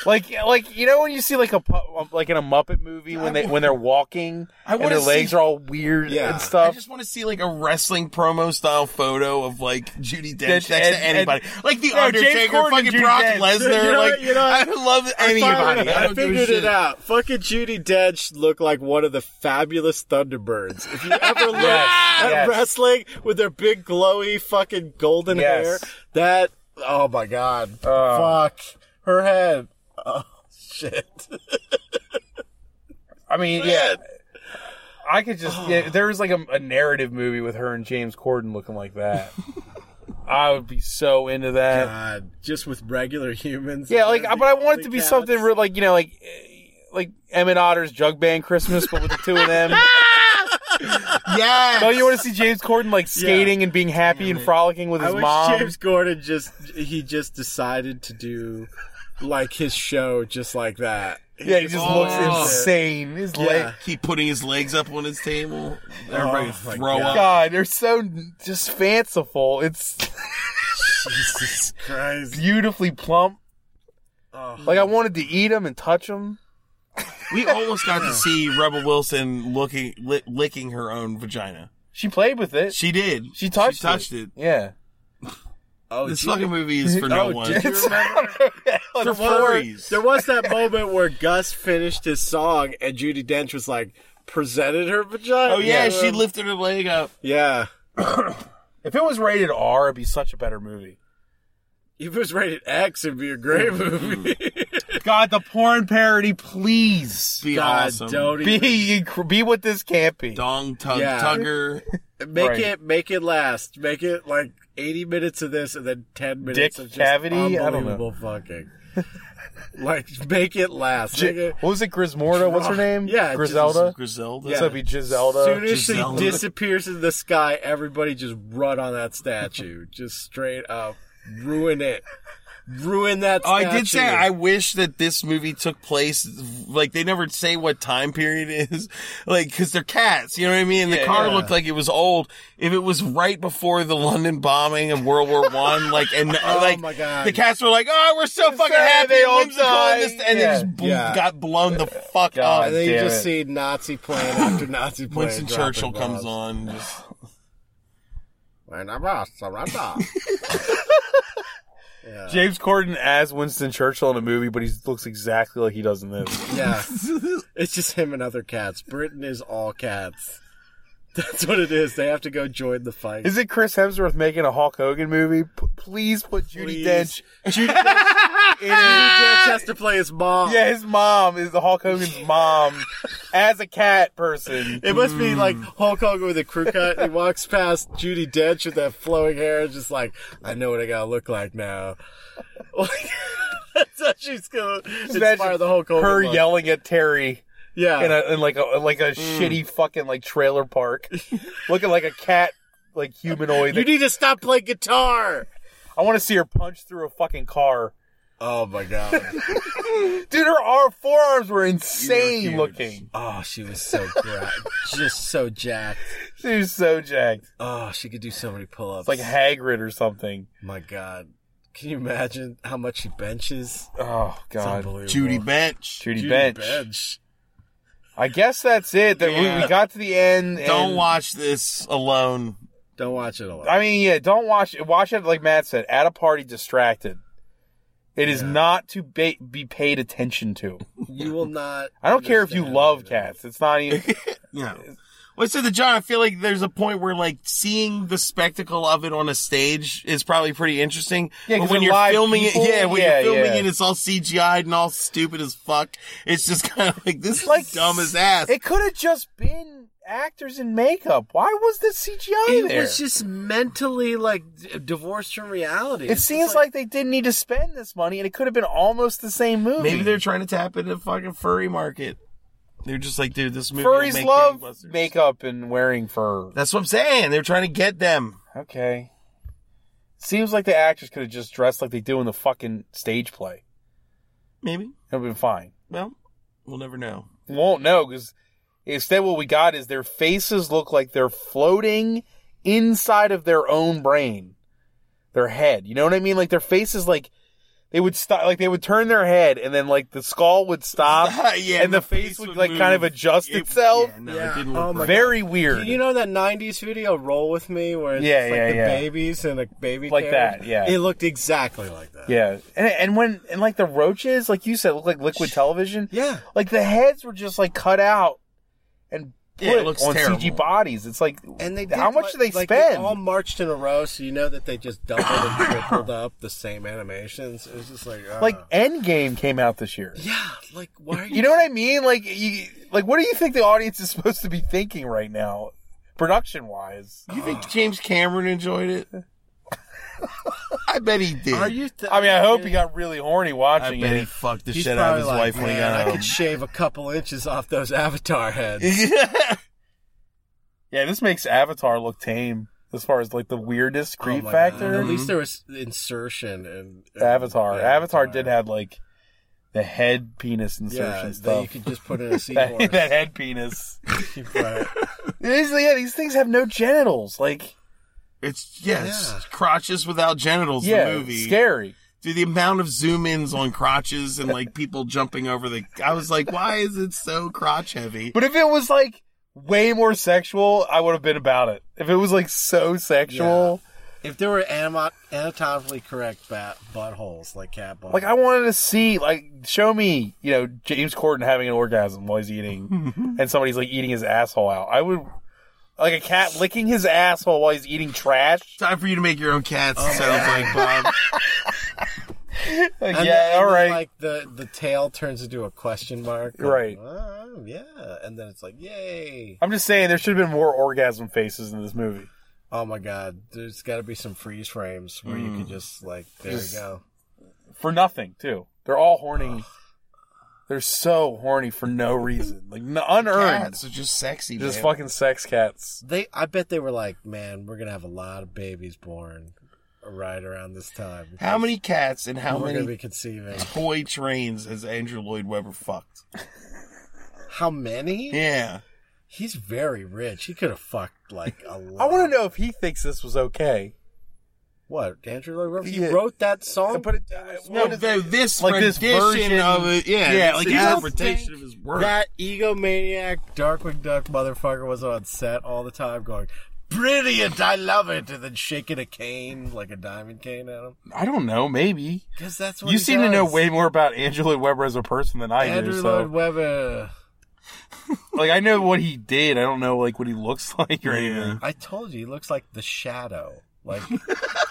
Speaker 3: Like, like you know when you see like a pu- um, like in a Muppet movie when they when they're walking
Speaker 2: I
Speaker 3: and
Speaker 2: wanna
Speaker 3: their legs
Speaker 2: see-
Speaker 3: are all weird
Speaker 5: Yeah.
Speaker 3: and
Speaker 2: I
Speaker 3: stuff.
Speaker 2: just want to see like a wrestling promo style photo of like Judy Dench
Speaker 3: Dench
Speaker 2: next
Speaker 3: and-
Speaker 2: to anybody, like the
Speaker 3: No, James
Speaker 2: Undertaker,
Speaker 3: Corden and
Speaker 2: fucking
Speaker 3: Judy
Speaker 2: Brock
Speaker 3: Dench.
Speaker 2: Lesnar.
Speaker 5: You know
Speaker 2: like
Speaker 5: what, you know what?
Speaker 2: I love
Speaker 5: Finally,
Speaker 2: anybody.
Speaker 5: I,
Speaker 2: don't give a
Speaker 5: figured
Speaker 2: shit.
Speaker 5: it out. Fucking Judy Dench looked like one of the fabulous Thunderbirds. If you ever look
Speaker 3: Yes,
Speaker 5: at
Speaker 3: yes.
Speaker 5: wrestling with their big glowy fucking golden
Speaker 3: Yes.
Speaker 5: hair, that oh my god,
Speaker 3: Uh.
Speaker 5: fuck her head. Oh shit.
Speaker 3: I mean, yeah, I could just
Speaker 5: Oh.
Speaker 3: yeah, there was like a, a narrative movie with her and James Corden looking like that. I would be so into that.
Speaker 5: God, just with regular humans.
Speaker 3: Uh, Yeah, like, but I want it to be
Speaker 5: Cats.
Speaker 3: something real, like you know, like eh, like Em and Otter's Jug Band Christmas, but with the two of them.
Speaker 2: Yeah.
Speaker 3: Don't you want to see James Corden like skating and being happy and frolicking with
Speaker 5: I
Speaker 3: his
Speaker 5: wish
Speaker 3: mom?
Speaker 5: James Gordon just he just decided to do like his show just like that.
Speaker 3: yeah, he just looks
Speaker 2: Oh.
Speaker 3: insane. His
Speaker 5: Yeah.
Speaker 3: leg.
Speaker 2: Keep putting his legs up on his table. Everybody
Speaker 5: Oh, my
Speaker 2: throw
Speaker 5: God.
Speaker 2: up.
Speaker 3: God, they're so n- just fanciful. It's
Speaker 5: Jesus Christ.
Speaker 3: beautifully plump. Like I wanted to eat him and touch him.
Speaker 2: We almost got to see Rebel Wilson looking li- licking her own vagina.
Speaker 3: She played with it.
Speaker 2: She did.
Speaker 3: She touched
Speaker 2: She touched it.
Speaker 3: Yeah.
Speaker 5: Oh,
Speaker 2: This
Speaker 5: gee.
Speaker 2: fucking movie is for no
Speaker 3: Oh,
Speaker 2: one.
Speaker 3: did-
Speaker 2: for
Speaker 5: Well, there-
Speaker 2: furries.
Speaker 5: There was that moment where Gus finished his song and Judy Dench was like, presented her vagina.
Speaker 2: Oh yeah,
Speaker 5: to
Speaker 2: she
Speaker 5: him.
Speaker 2: lifted her leg up.
Speaker 5: Yeah.
Speaker 3: If it was rated R, it'd be such a better movie.
Speaker 5: If it was rated X, it'd be a great movie.
Speaker 3: God, the porn parody, please
Speaker 2: Be
Speaker 5: God,
Speaker 2: awesome.
Speaker 5: don't even-
Speaker 3: be be what this can't be.
Speaker 2: Dong tug
Speaker 5: Yeah.
Speaker 2: tugger.
Speaker 5: make
Speaker 3: Right.
Speaker 5: it make it last. Make it like eighty minutes of this and then ten minutes
Speaker 3: Dick
Speaker 5: of just
Speaker 3: cavity? I don't know.
Speaker 5: unbelievable fucking. like make it last. Make it,
Speaker 3: What was it, Grismorda? What's her name?
Speaker 5: Yeah,
Speaker 3: Griselda.
Speaker 2: Griselda.
Speaker 5: Yeah.
Speaker 3: So it'd be
Speaker 5: as soon
Speaker 3: Giselda.
Speaker 5: as she
Speaker 2: Giselle.
Speaker 5: disappears in the sky, everybody just run on that statue. just straight up ruin it. Ruin that
Speaker 2: Oh,
Speaker 5: statue.
Speaker 2: I did say I wish that this movie took place. Like they never say what time period it is, like because they're cats. You know what I mean? And the car looked like it was old. If it was right before the London bombing of World War One, like and uh, like
Speaker 5: Oh, my God.
Speaker 2: the cats were like, "Oh, we're so fucking happy,
Speaker 3: they
Speaker 2: and
Speaker 3: all
Speaker 2: whimsical,"
Speaker 3: die.
Speaker 2: and, this, and
Speaker 3: Yeah.
Speaker 2: they just bl-
Speaker 5: Yeah.
Speaker 2: got blown the fuck
Speaker 3: God.
Speaker 5: And
Speaker 2: up.
Speaker 5: then you
Speaker 3: Damn
Speaker 5: just
Speaker 3: it.
Speaker 5: see Nazi plane after Nazi plane.
Speaker 2: Winston
Speaker 5: dropping
Speaker 2: Churchill comes
Speaker 5: bombs.
Speaker 2: on. Just,
Speaker 5: And I'm out, surrender.
Speaker 3: James Corden as Winston Churchill in a movie, but he looks exactly like he does in this.
Speaker 5: Yeah. It's just him and other cats. Britain is all cats. That's what it is. They have to go join the fight.
Speaker 3: Is it Chris Hemsworth making a Hulk Hogan movie? P- please put Judy
Speaker 5: Please.
Speaker 3: Dench.
Speaker 5: Judy Dench- Judy Dench has to play his mom.
Speaker 3: Yeah, his mom is the Hulk Hogan's mom as a cat person.
Speaker 5: It must be like Hulk Hogan with a crew cut. He walks past Judy Dench with that flowing hair, just like I know what I gotta look like now. Like, That's how she's gonna inspire
Speaker 3: Imagine
Speaker 5: the Hulk Hogan.
Speaker 3: her
Speaker 5: look.
Speaker 3: yelling at Terry
Speaker 5: yeah,
Speaker 3: in, a, in like a like a shitty fucking like trailer park, looking like a cat, like humanoid.
Speaker 5: you need to stop playing guitar.
Speaker 3: I want to see her punch through a fucking car.
Speaker 5: Oh my god.
Speaker 3: Dude, her arm, forearms were insane looking.
Speaker 5: Oh, she was so gra- just so jacked.
Speaker 3: She was so jacked.
Speaker 5: Oh, she could do so many pull-ups.
Speaker 3: It's like Hagrid or something.
Speaker 5: my god, can you imagine how much she benches?
Speaker 3: Oh
Speaker 5: It's
Speaker 3: god,
Speaker 5: unbelievable.
Speaker 2: Judy Bench.
Speaker 3: Judy,
Speaker 5: Judy
Speaker 3: Bench.
Speaker 5: bench.
Speaker 3: I guess that's it. That we- we,
Speaker 2: Yeah.
Speaker 3: got to the end. And,
Speaker 2: Don't watch this alone.
Speaker 5: Don't watch it alone.
Speaker 3: I mean, yeah, don't watch it. Watch it like Matt said, at a party, distracted. It is not to ba- be paid attention to.
Speaker 5: you will not.
Speaker 3: I don't care if you
Speaker 5: understand.
Speaker 3: love cats. It's not even.
Speaker 2: Yeah. Well, I said to John, I feel like there's a point where like seeing the spectacle of it on a stage is probably pretty interesting.
Speaker 3: Yeah, 'cause
Speaker 2: but when
Speaker 3: they're
Speaker 2: you're
Speaker 3: live
Speaker 2: filming
Speaker 3: people.
Speaker 2: it, yeah, when
Speaker 3: Yeah,
Speaker 2: you're filming
Speaker 3: yeah.
Speaker 2: it, it's all CGI'd and all stupid as fuck. It's just kind of like this
Speaker 3: Like,
Speaker 2: is dumb as ass.
Speaker 3: It could have just been actors in makeup. Why was this CGI
Speaker 5: It
Speaker 3: there?
Speaker 5: was just mentally like d- divorced from reality.
Speaker 3: it
Speaker 5: It's just
Speaker 3: seems like, they didn't need to spend this money, and it could have been almost the same movie.
Speaker 2: Maybe they're trying to tap into the fucking furry market. They're just like, dude, this movie. will
Speaker 3: furries
Speaker 2: make
Speaker 3: love
Speaker 2: gangbusters.
Speaker 3: makeup and wearing fur.
Speaker 2: That's what I'm saying. They're trying to get them.
Speaker 3: Okay. Seems like the actors could have just dressed like they do in the fucking stage play.
Speaker 2: Maybe.
Speaker 3: It would have been fine.
Speaker 2: Well, we'll never know.
Speaker 3: Won't know because instead, what we got is their faces look like they're floating inside of their own brain, their head. You know what I mean? Like their faces, like they would stop, like they would turn their head, and then like the skull would stop,
Speaker 2: yeah,
Speaker 3: and the, face would like kind of adjust itself.
Speaker 2: Yeah, no,
Speaker 5: Yeah.
Speaker 2: it didn't
Speaker 5: Oh
Speaker 2: look
Speaker 5: my
Speaker 2: right.
Speaker 3: Very weird.
Speaker 5: Did you know that '90s video "Roll with Me," where it's
Speaker 3: Yeah,
Speaker 5: just, like
Speaker 3: yeah,
Speaker 5: the
Speaker 3: yeah.
Speaker 5: babies and a baby
Speaker 3: Like
Speaker 5: carriage?
Speaker 3: that, yeah.
Speaker 5: It looked exactly like that.
Speaker 3: Yeah, and and when and like the roaches, like you said, look like liquid television.
Speaker 5: Yeah.
Speaker 3: like the heads were just like cut out and put
Speaker 2: Yeah, it looks
Speaker 3: on
Speaker 2: terrible.
Speaker 3: CG bodies. It's like,
Speaker 5: And they did
Speaker 3: how much
Speaker 5: like-
Speaker 3: do they
Speaker 5: like,
Speaker 3: spend?
Speaker 5: all marched in a row, so you know that they just doubled and tripled up the same animations. It was just like, uh,
Speaker 3: like Endgame came out this year.
Speaker 5: yeah, like why are you?
Speaker 3: You know what I mean? Like you, like what do you think the audience is supposed to be thinking right now, production wise?
Speaker 5: Oh.
Speaker 2: You think James Cameron enjoyed it? I bet he did.
Speaker 5: are you? Th-
Speaker 3: I mean, I hope he got really horny
Speaker 2: I
Speaker 3: watching
Speaker 2: bet he
Speaker 3: it.
Speaker 2: fucked the
Speaker 5: He's
Speaker 2: shit out
Speaker 5: probably
Speaker 2: of his
Speaker 5: like,
Speaker 2: wife when
Speaker 5: "Man,
Speaker 2: he got
Speaker 5: I
Speaker 2: home.
Speaker 5: could shave a couple inches off those avatar heads.
Speaker 3: Yeah, this makes Avatar look tame as far as like the weirdest
Speaker 5: Oh
Speaker 3: creep
Speaker 5: my God.
Speaker 3: factor.
Speaker 5: At least there was insertion and and-
Speaker 3: Avatar.
Speaker 5: yeah,
Speaker 3: Avatar did have like the head penis insertion
Speaker 5: yeah, that
Speaker 3: stuff.
Speaker 5: you could just put in a seahorse.
Speaker 3: that, that head penis.
Speaker 5: Right.
Speaker 3: It is- yeah, these things have no genitals. Like
Speaker 2: It's yes, crotches without genitals. the
Speaker 3: Yeah,
Speaker 2: movie.
Speaker 3: scary.
Speaker 2: Dude, the amount of zoom ins on crotches and like people jumping over the. I was like, why is it so crotch heavy?
Speaker 3: But if it was like way more sexual, I would have been about it. If it was like so sexual,
Speaker 5: If there were animo- anatomically correct bat- buttholes like cat buttholes,
Speaker 3: like I wanted to see, like, show me, you know, James Corden having an orgasm while he's eating, and somebody's like eating his asshole out. I would. Like a cat licking his asshole while he's eating trash.
Speaker 2: Time for you to make your own cats. sounds like Bob.
Speaker 3: Like,
Speaker 5: And
Speaker 3: yeah,
Speaker 5: then-
Speaker 3: all
Speaker 5: and then,
Speaker 3: right.
Speaker 5: Like the the tail turns into a question mark. like,
Speaker 3: Right.
Speaker 5: "Oh, yeah, and then it's like, yay!
Speaker 3: I'm just saying there should have been more orgasm faces in this movie.
Speaker 5: Oh my god, there's got to be some freeze frames where you can just like, there you go.
Speaker 3: for nothing too. They're all horny. They're so horny for no reason, like n- unearned.
Speaker 2: Cats are just sexy.
Speaker 3: Just
Speaker 2: man.
Speaker 3: fucking sex cats.
Speaker 5: They, I bet they were like, man, we're gonna have a lot of babies born right around this time.
Speaker 2: How many cats and how
Speaker 5: We're gonna
Speaker 2: many
Speaker 5: be conceiving.
Speaker 2: toy trains has Andrew Lloyd Webber fucked?
Speaker 5: How many?
Speaker 2: Yeah.
Speaker 5: He's very rich. He could have fucked like a lot.
Speaker 3: I want to know if he thinks this was okay.
Speaker 5: what Andrew Lloyd Webber. He
Speaker 3: Yeah.
Speaker 5: wrote that song.
Speaker 3: But it,
Speaker 2: No, though, this
Speaker 3: like this
Speaker 2: rendition
Speaker 3: version-
Speaker 2: of it, yeah,
Speaker 3: Yeah,
Speaker 2: this
Speaker 3: like, you don't
Speaker 2: interpretation of his work.
Speaker 5: That egomaniac Darkwing Duck motherfucker was on set all the time going, Brilliant, I love it, and then shaking a cane, like a diamond cane at him.
Speaker 3: I don't know. Maybe
Speaker 5: Because that's what
Speaker 3: you
Speaker 5: he
Speaker 3: seem to know
Speaker 5: does.
Speaker 3: way more about Angela Weber as a person than I
Speaker 5: Andrew
Speaker 3: do.
Speaker 5: Lloyd
Speaker 3: So,
Speaker 5: Webber.
Speaker 3: like, I know what he did. I don't know like what he looks like or anything.
Speaker 5: I told you, he looks like the shadow. Like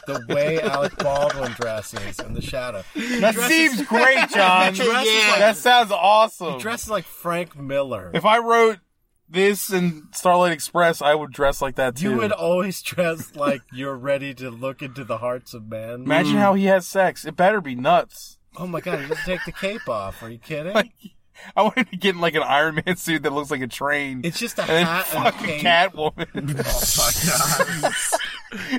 Speaker 5: the way Alec Baldwin dresses in the shadow. He
Speaker 3: That seems great, John.
Speaker 5: dresses like-
Speaker 3: That sounds awesome.
Speaker 5: dresses like Frank Miller.
Speaker 3: If I wrote this in Starlight Express, I would dress like that too.
Speaker 5: You would always dress like you're ready to look into the hearts of men.
Speaker 3: Imagine how he has sex. It better be nuts.
Speaker 5: Oh my god, he doesn't take the cape off. Are you kidding?
Speaker 3: I want him to get in like an Iron Man suit that looks like a train.
Speaker 5: It's just a
Speaker 3: and then
Speaker 5: hat and a
Speaker 3: fuck a
Speaker 5: cape.
Speaker 3: Catwoman.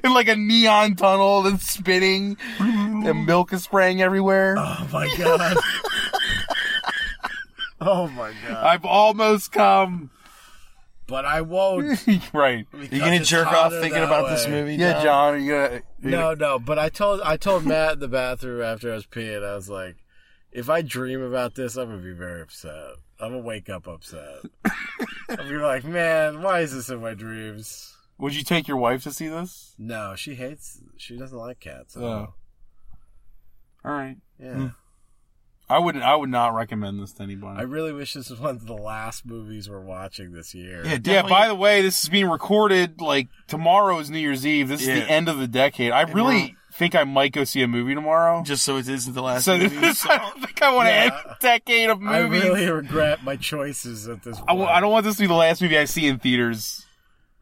Speaker 3: in like a neon tunnel that's spinning and milk is spraying everywhere.
Speaker 5: Oh my god. oh my god.
Speaker 3: I've almost come.
Speaker 5: But I won't.
Speaker 3: right.
Speaker 5: because
Speaker 2: You gonna
Speaker 5: it's
Speaker 2: jerk off
Speaker 5: hotter
Speaker 2: thinking
Speaker 5: that
Speaker 2: about this
Speaker 5: way.
Speaker 2: movie?
Speaker 3: Yeah, John, are you gonna. are you
Speaker 5: No, no. But I told I told Matt in the bathroom after I was peeing. I was like, if I dream about this, I'm gonna be very upset. I'm gonna wake up upset. I'm gonna be like, man, why is this in my dreams?
Speaker 3: Would you take your wife to see this?
Speaker 5: No, she hates. She doesn't like cats. at
Speaker 3: Oh. Hmm.
Speaker 5: all.
Speaker 3: All right.
Speaker 5: Yeah.
Speaker 3: I wouldn't. I would not recommend this to anybody.
Speaker 5: I really wish this was one of the last movies we're watching this year.
Speaker 2: Yeah,
Speaker 3: Yeah,
Speaker 2: definitely.
Speaker 3: by the way, this is being recorded like tomorrow is New Year's Eve. This
Speaker 2: Yeah.
Speaker 3: is the end of the decade. I really think I might go see a movie tomorrow.
Speaker 2: just so it isn't the last
Speaker 3: so
Speaker 2: movie.
Speaker 3: this, I don't think I want to
Speaker 5: Yeah.
Speaker 3: end a decade of
Speaker 5: I
Speaker 3: movies. I,
Speaker 5: really regret my choices at this point.
Speaker 3: w- I don't want this to be the last movie I see in theaters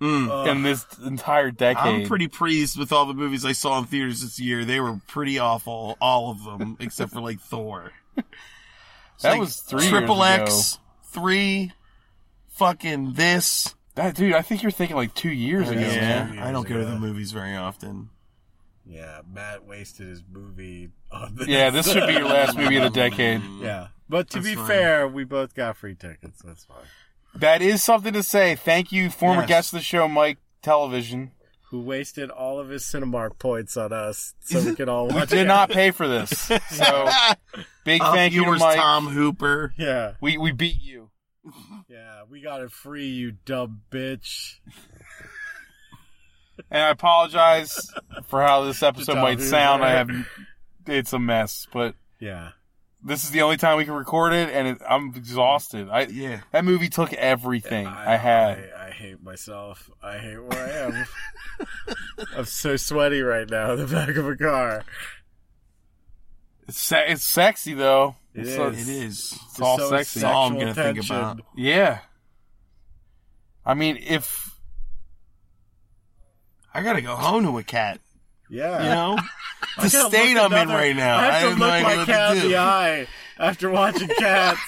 Speaker 2: Mm.
Speaker 5: Ugh.
Speaker 3: in this entire decade.
Speaker 2: I'm pretty pleased with all the movies I saw in theaters this year. They were pretty awful, all of them, except for like Thor. It's
Speaker 3: That
Speaker 2: like
Speaker 3: was three
Speaker 2: Triple
Speaker 3: years
Speaker 2: X, three, fucking this.
Speaker 3: That dude, I think you're thinking like two years ago.
Speaker 5: Oh, Yeah.
Speaker 3: man.
Speaker 2: I don't go to
Speaker 5: ago.
Speaker 2: the movies very often.
Speaker 5: Yeah, Matt wasted his movie on this.
Speaker 3: Yeah, this should be your last movie of the decade.
Speaker 5: yeah. But to
Speaker 2: That's
Speaker 5: be
Speaker 2: fine.
Speaker 5: fair, we both got free tickets. That's fine.
Speaker 3: That is something to say. Thank you, former
Speaker 2: Yes.
Speaker 3: guest of the show, Mike Television.
Speaker 5: Who wasted all of his Cinemark points on us so we could all watch
Speaker 3: Did
Speaker 5: it.
Speaker 3: not pay for this, so big
Speaker 2: Up
Speaker 3: thank you to
Speaker 2: yours,
Speaker 3: Mike.
Speaker 2: Uh, Tom Hooper.
Speaker 5: Yeah,
Speaker 3: We we beat you.
Speaker 5: yeah. We got it free, you dumb bitch.
Speaker 3: and I apologize for how this episode
Speaker 5: Just
Speaker 3: might
Speaker 5: out here,
Speaker 3: sound.
Speaker 5: right?
Speaker 3: I have it's a mess, but
Speaker 5: Yeah.
Speaker 3: this is the only time we can record it, and it, I'm exhausted. I
Speaker 2: Yeah.
Speaker 3: that movie took everything I, had.
Speaker 5: I, I hate myself. I hate where I am. I'm so sweaty right now in the back of a car.
Speaker 3: it's, se- it's sexy though.
Speaker 5: It
Speaker 3: it's,
Speaker 5: is.
Speaker 2: It is.
Speaker 3: it's all
Speaker 5: So
Speaker 3: sexy.
Speaker 2: all I'm
Speaker 5: sexual
Speaker 2: gonna think
Speaker 5: tension.
Speaker 2: about.
Speaker 3: Yeah. I mean, if
Speaker 2: I gotta go home to a cat.
Speaker 5: Yeah.
Speaker 2: You know, the
Speaker 5: I gotta
Speaker 2: state
Speaker 5: look
Speaker 2: I'm in
Speaker 5: another-
Speaker 2: right now.
Speaker 5: I have to
Speaker 2: no
Speaker 5: look
Speaker 2: idea
Speaker 5: my
Speaker 2: what
Speaker 5: cat
Speaker 2: to
Speaker 5: in
Speaker 2: do.
Speaker 5: the eye after watching cats.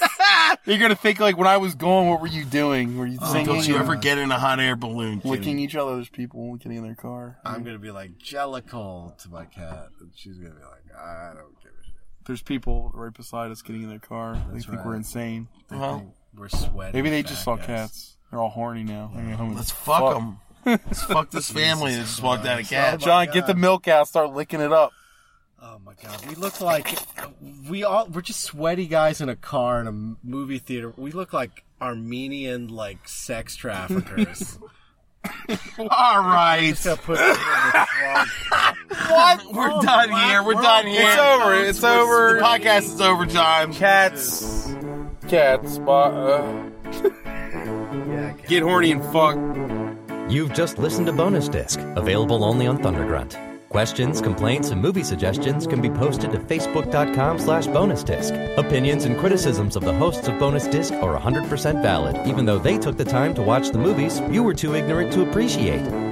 Speaker 3: you're gonna think like when I was gone, what were you doing? Were you singing?
Speaker 2: Oh, Don't you
Speaker 3: and
Speaker 2: ever get Uh, in a hot air balloon? Kitty?
Speaker 3: licking each other's people, getting in their car?
Speaker 5: I'm gonna be like Jellicle to my cat, and she's gonna be like, I don't give a shit.
Speaker 3: There's people right beside us getting in their car. they think
Speaker 5: right.
Speaker 3: we're insane. Uh-huh.
Speaker 5: They think we're sweating.
Speaker 3: Maybe they
Speaker 5: fat
Speaker 3: just saw
Speaker 5: guys.
Speaker 3: cats. They're all horny now. They're gonna go home and
Speaker 2: Let's fuck them. Let's fuck this family that just walked out of
Speaker 5: Christ.
Speaker 2: cat.
Speaker 7: John, get the milk out. Start licking it up.
Speaker 5: Oh my god, we look like we all we're just sweaty guys in a car in a m- movie theater. We look like Armenian like sex traffickers.
Speaker 2: All right.
Speaker 5: Just gotta put them in the trunk.
Speaker 2: We're done here. We're done here.
Speaker 7: It's over. It's
Speaker 2: The
Speaker 7: over.
Speaker 2: podcast is over, John.
Speaker 7: Cats. Cats. bu- uh, Get horny and fuck.
Speaker 8: You've just listened to Bonus Disc, available only on Thundergrunt. Questions, complaints, and movie suggestions can be posted to facebook.com slash bonus disc. Opinions and criticisms of the hosts of Bonus Disc are 100% valid, even though they took the time to watch the movies you were too ignorant to appreciate.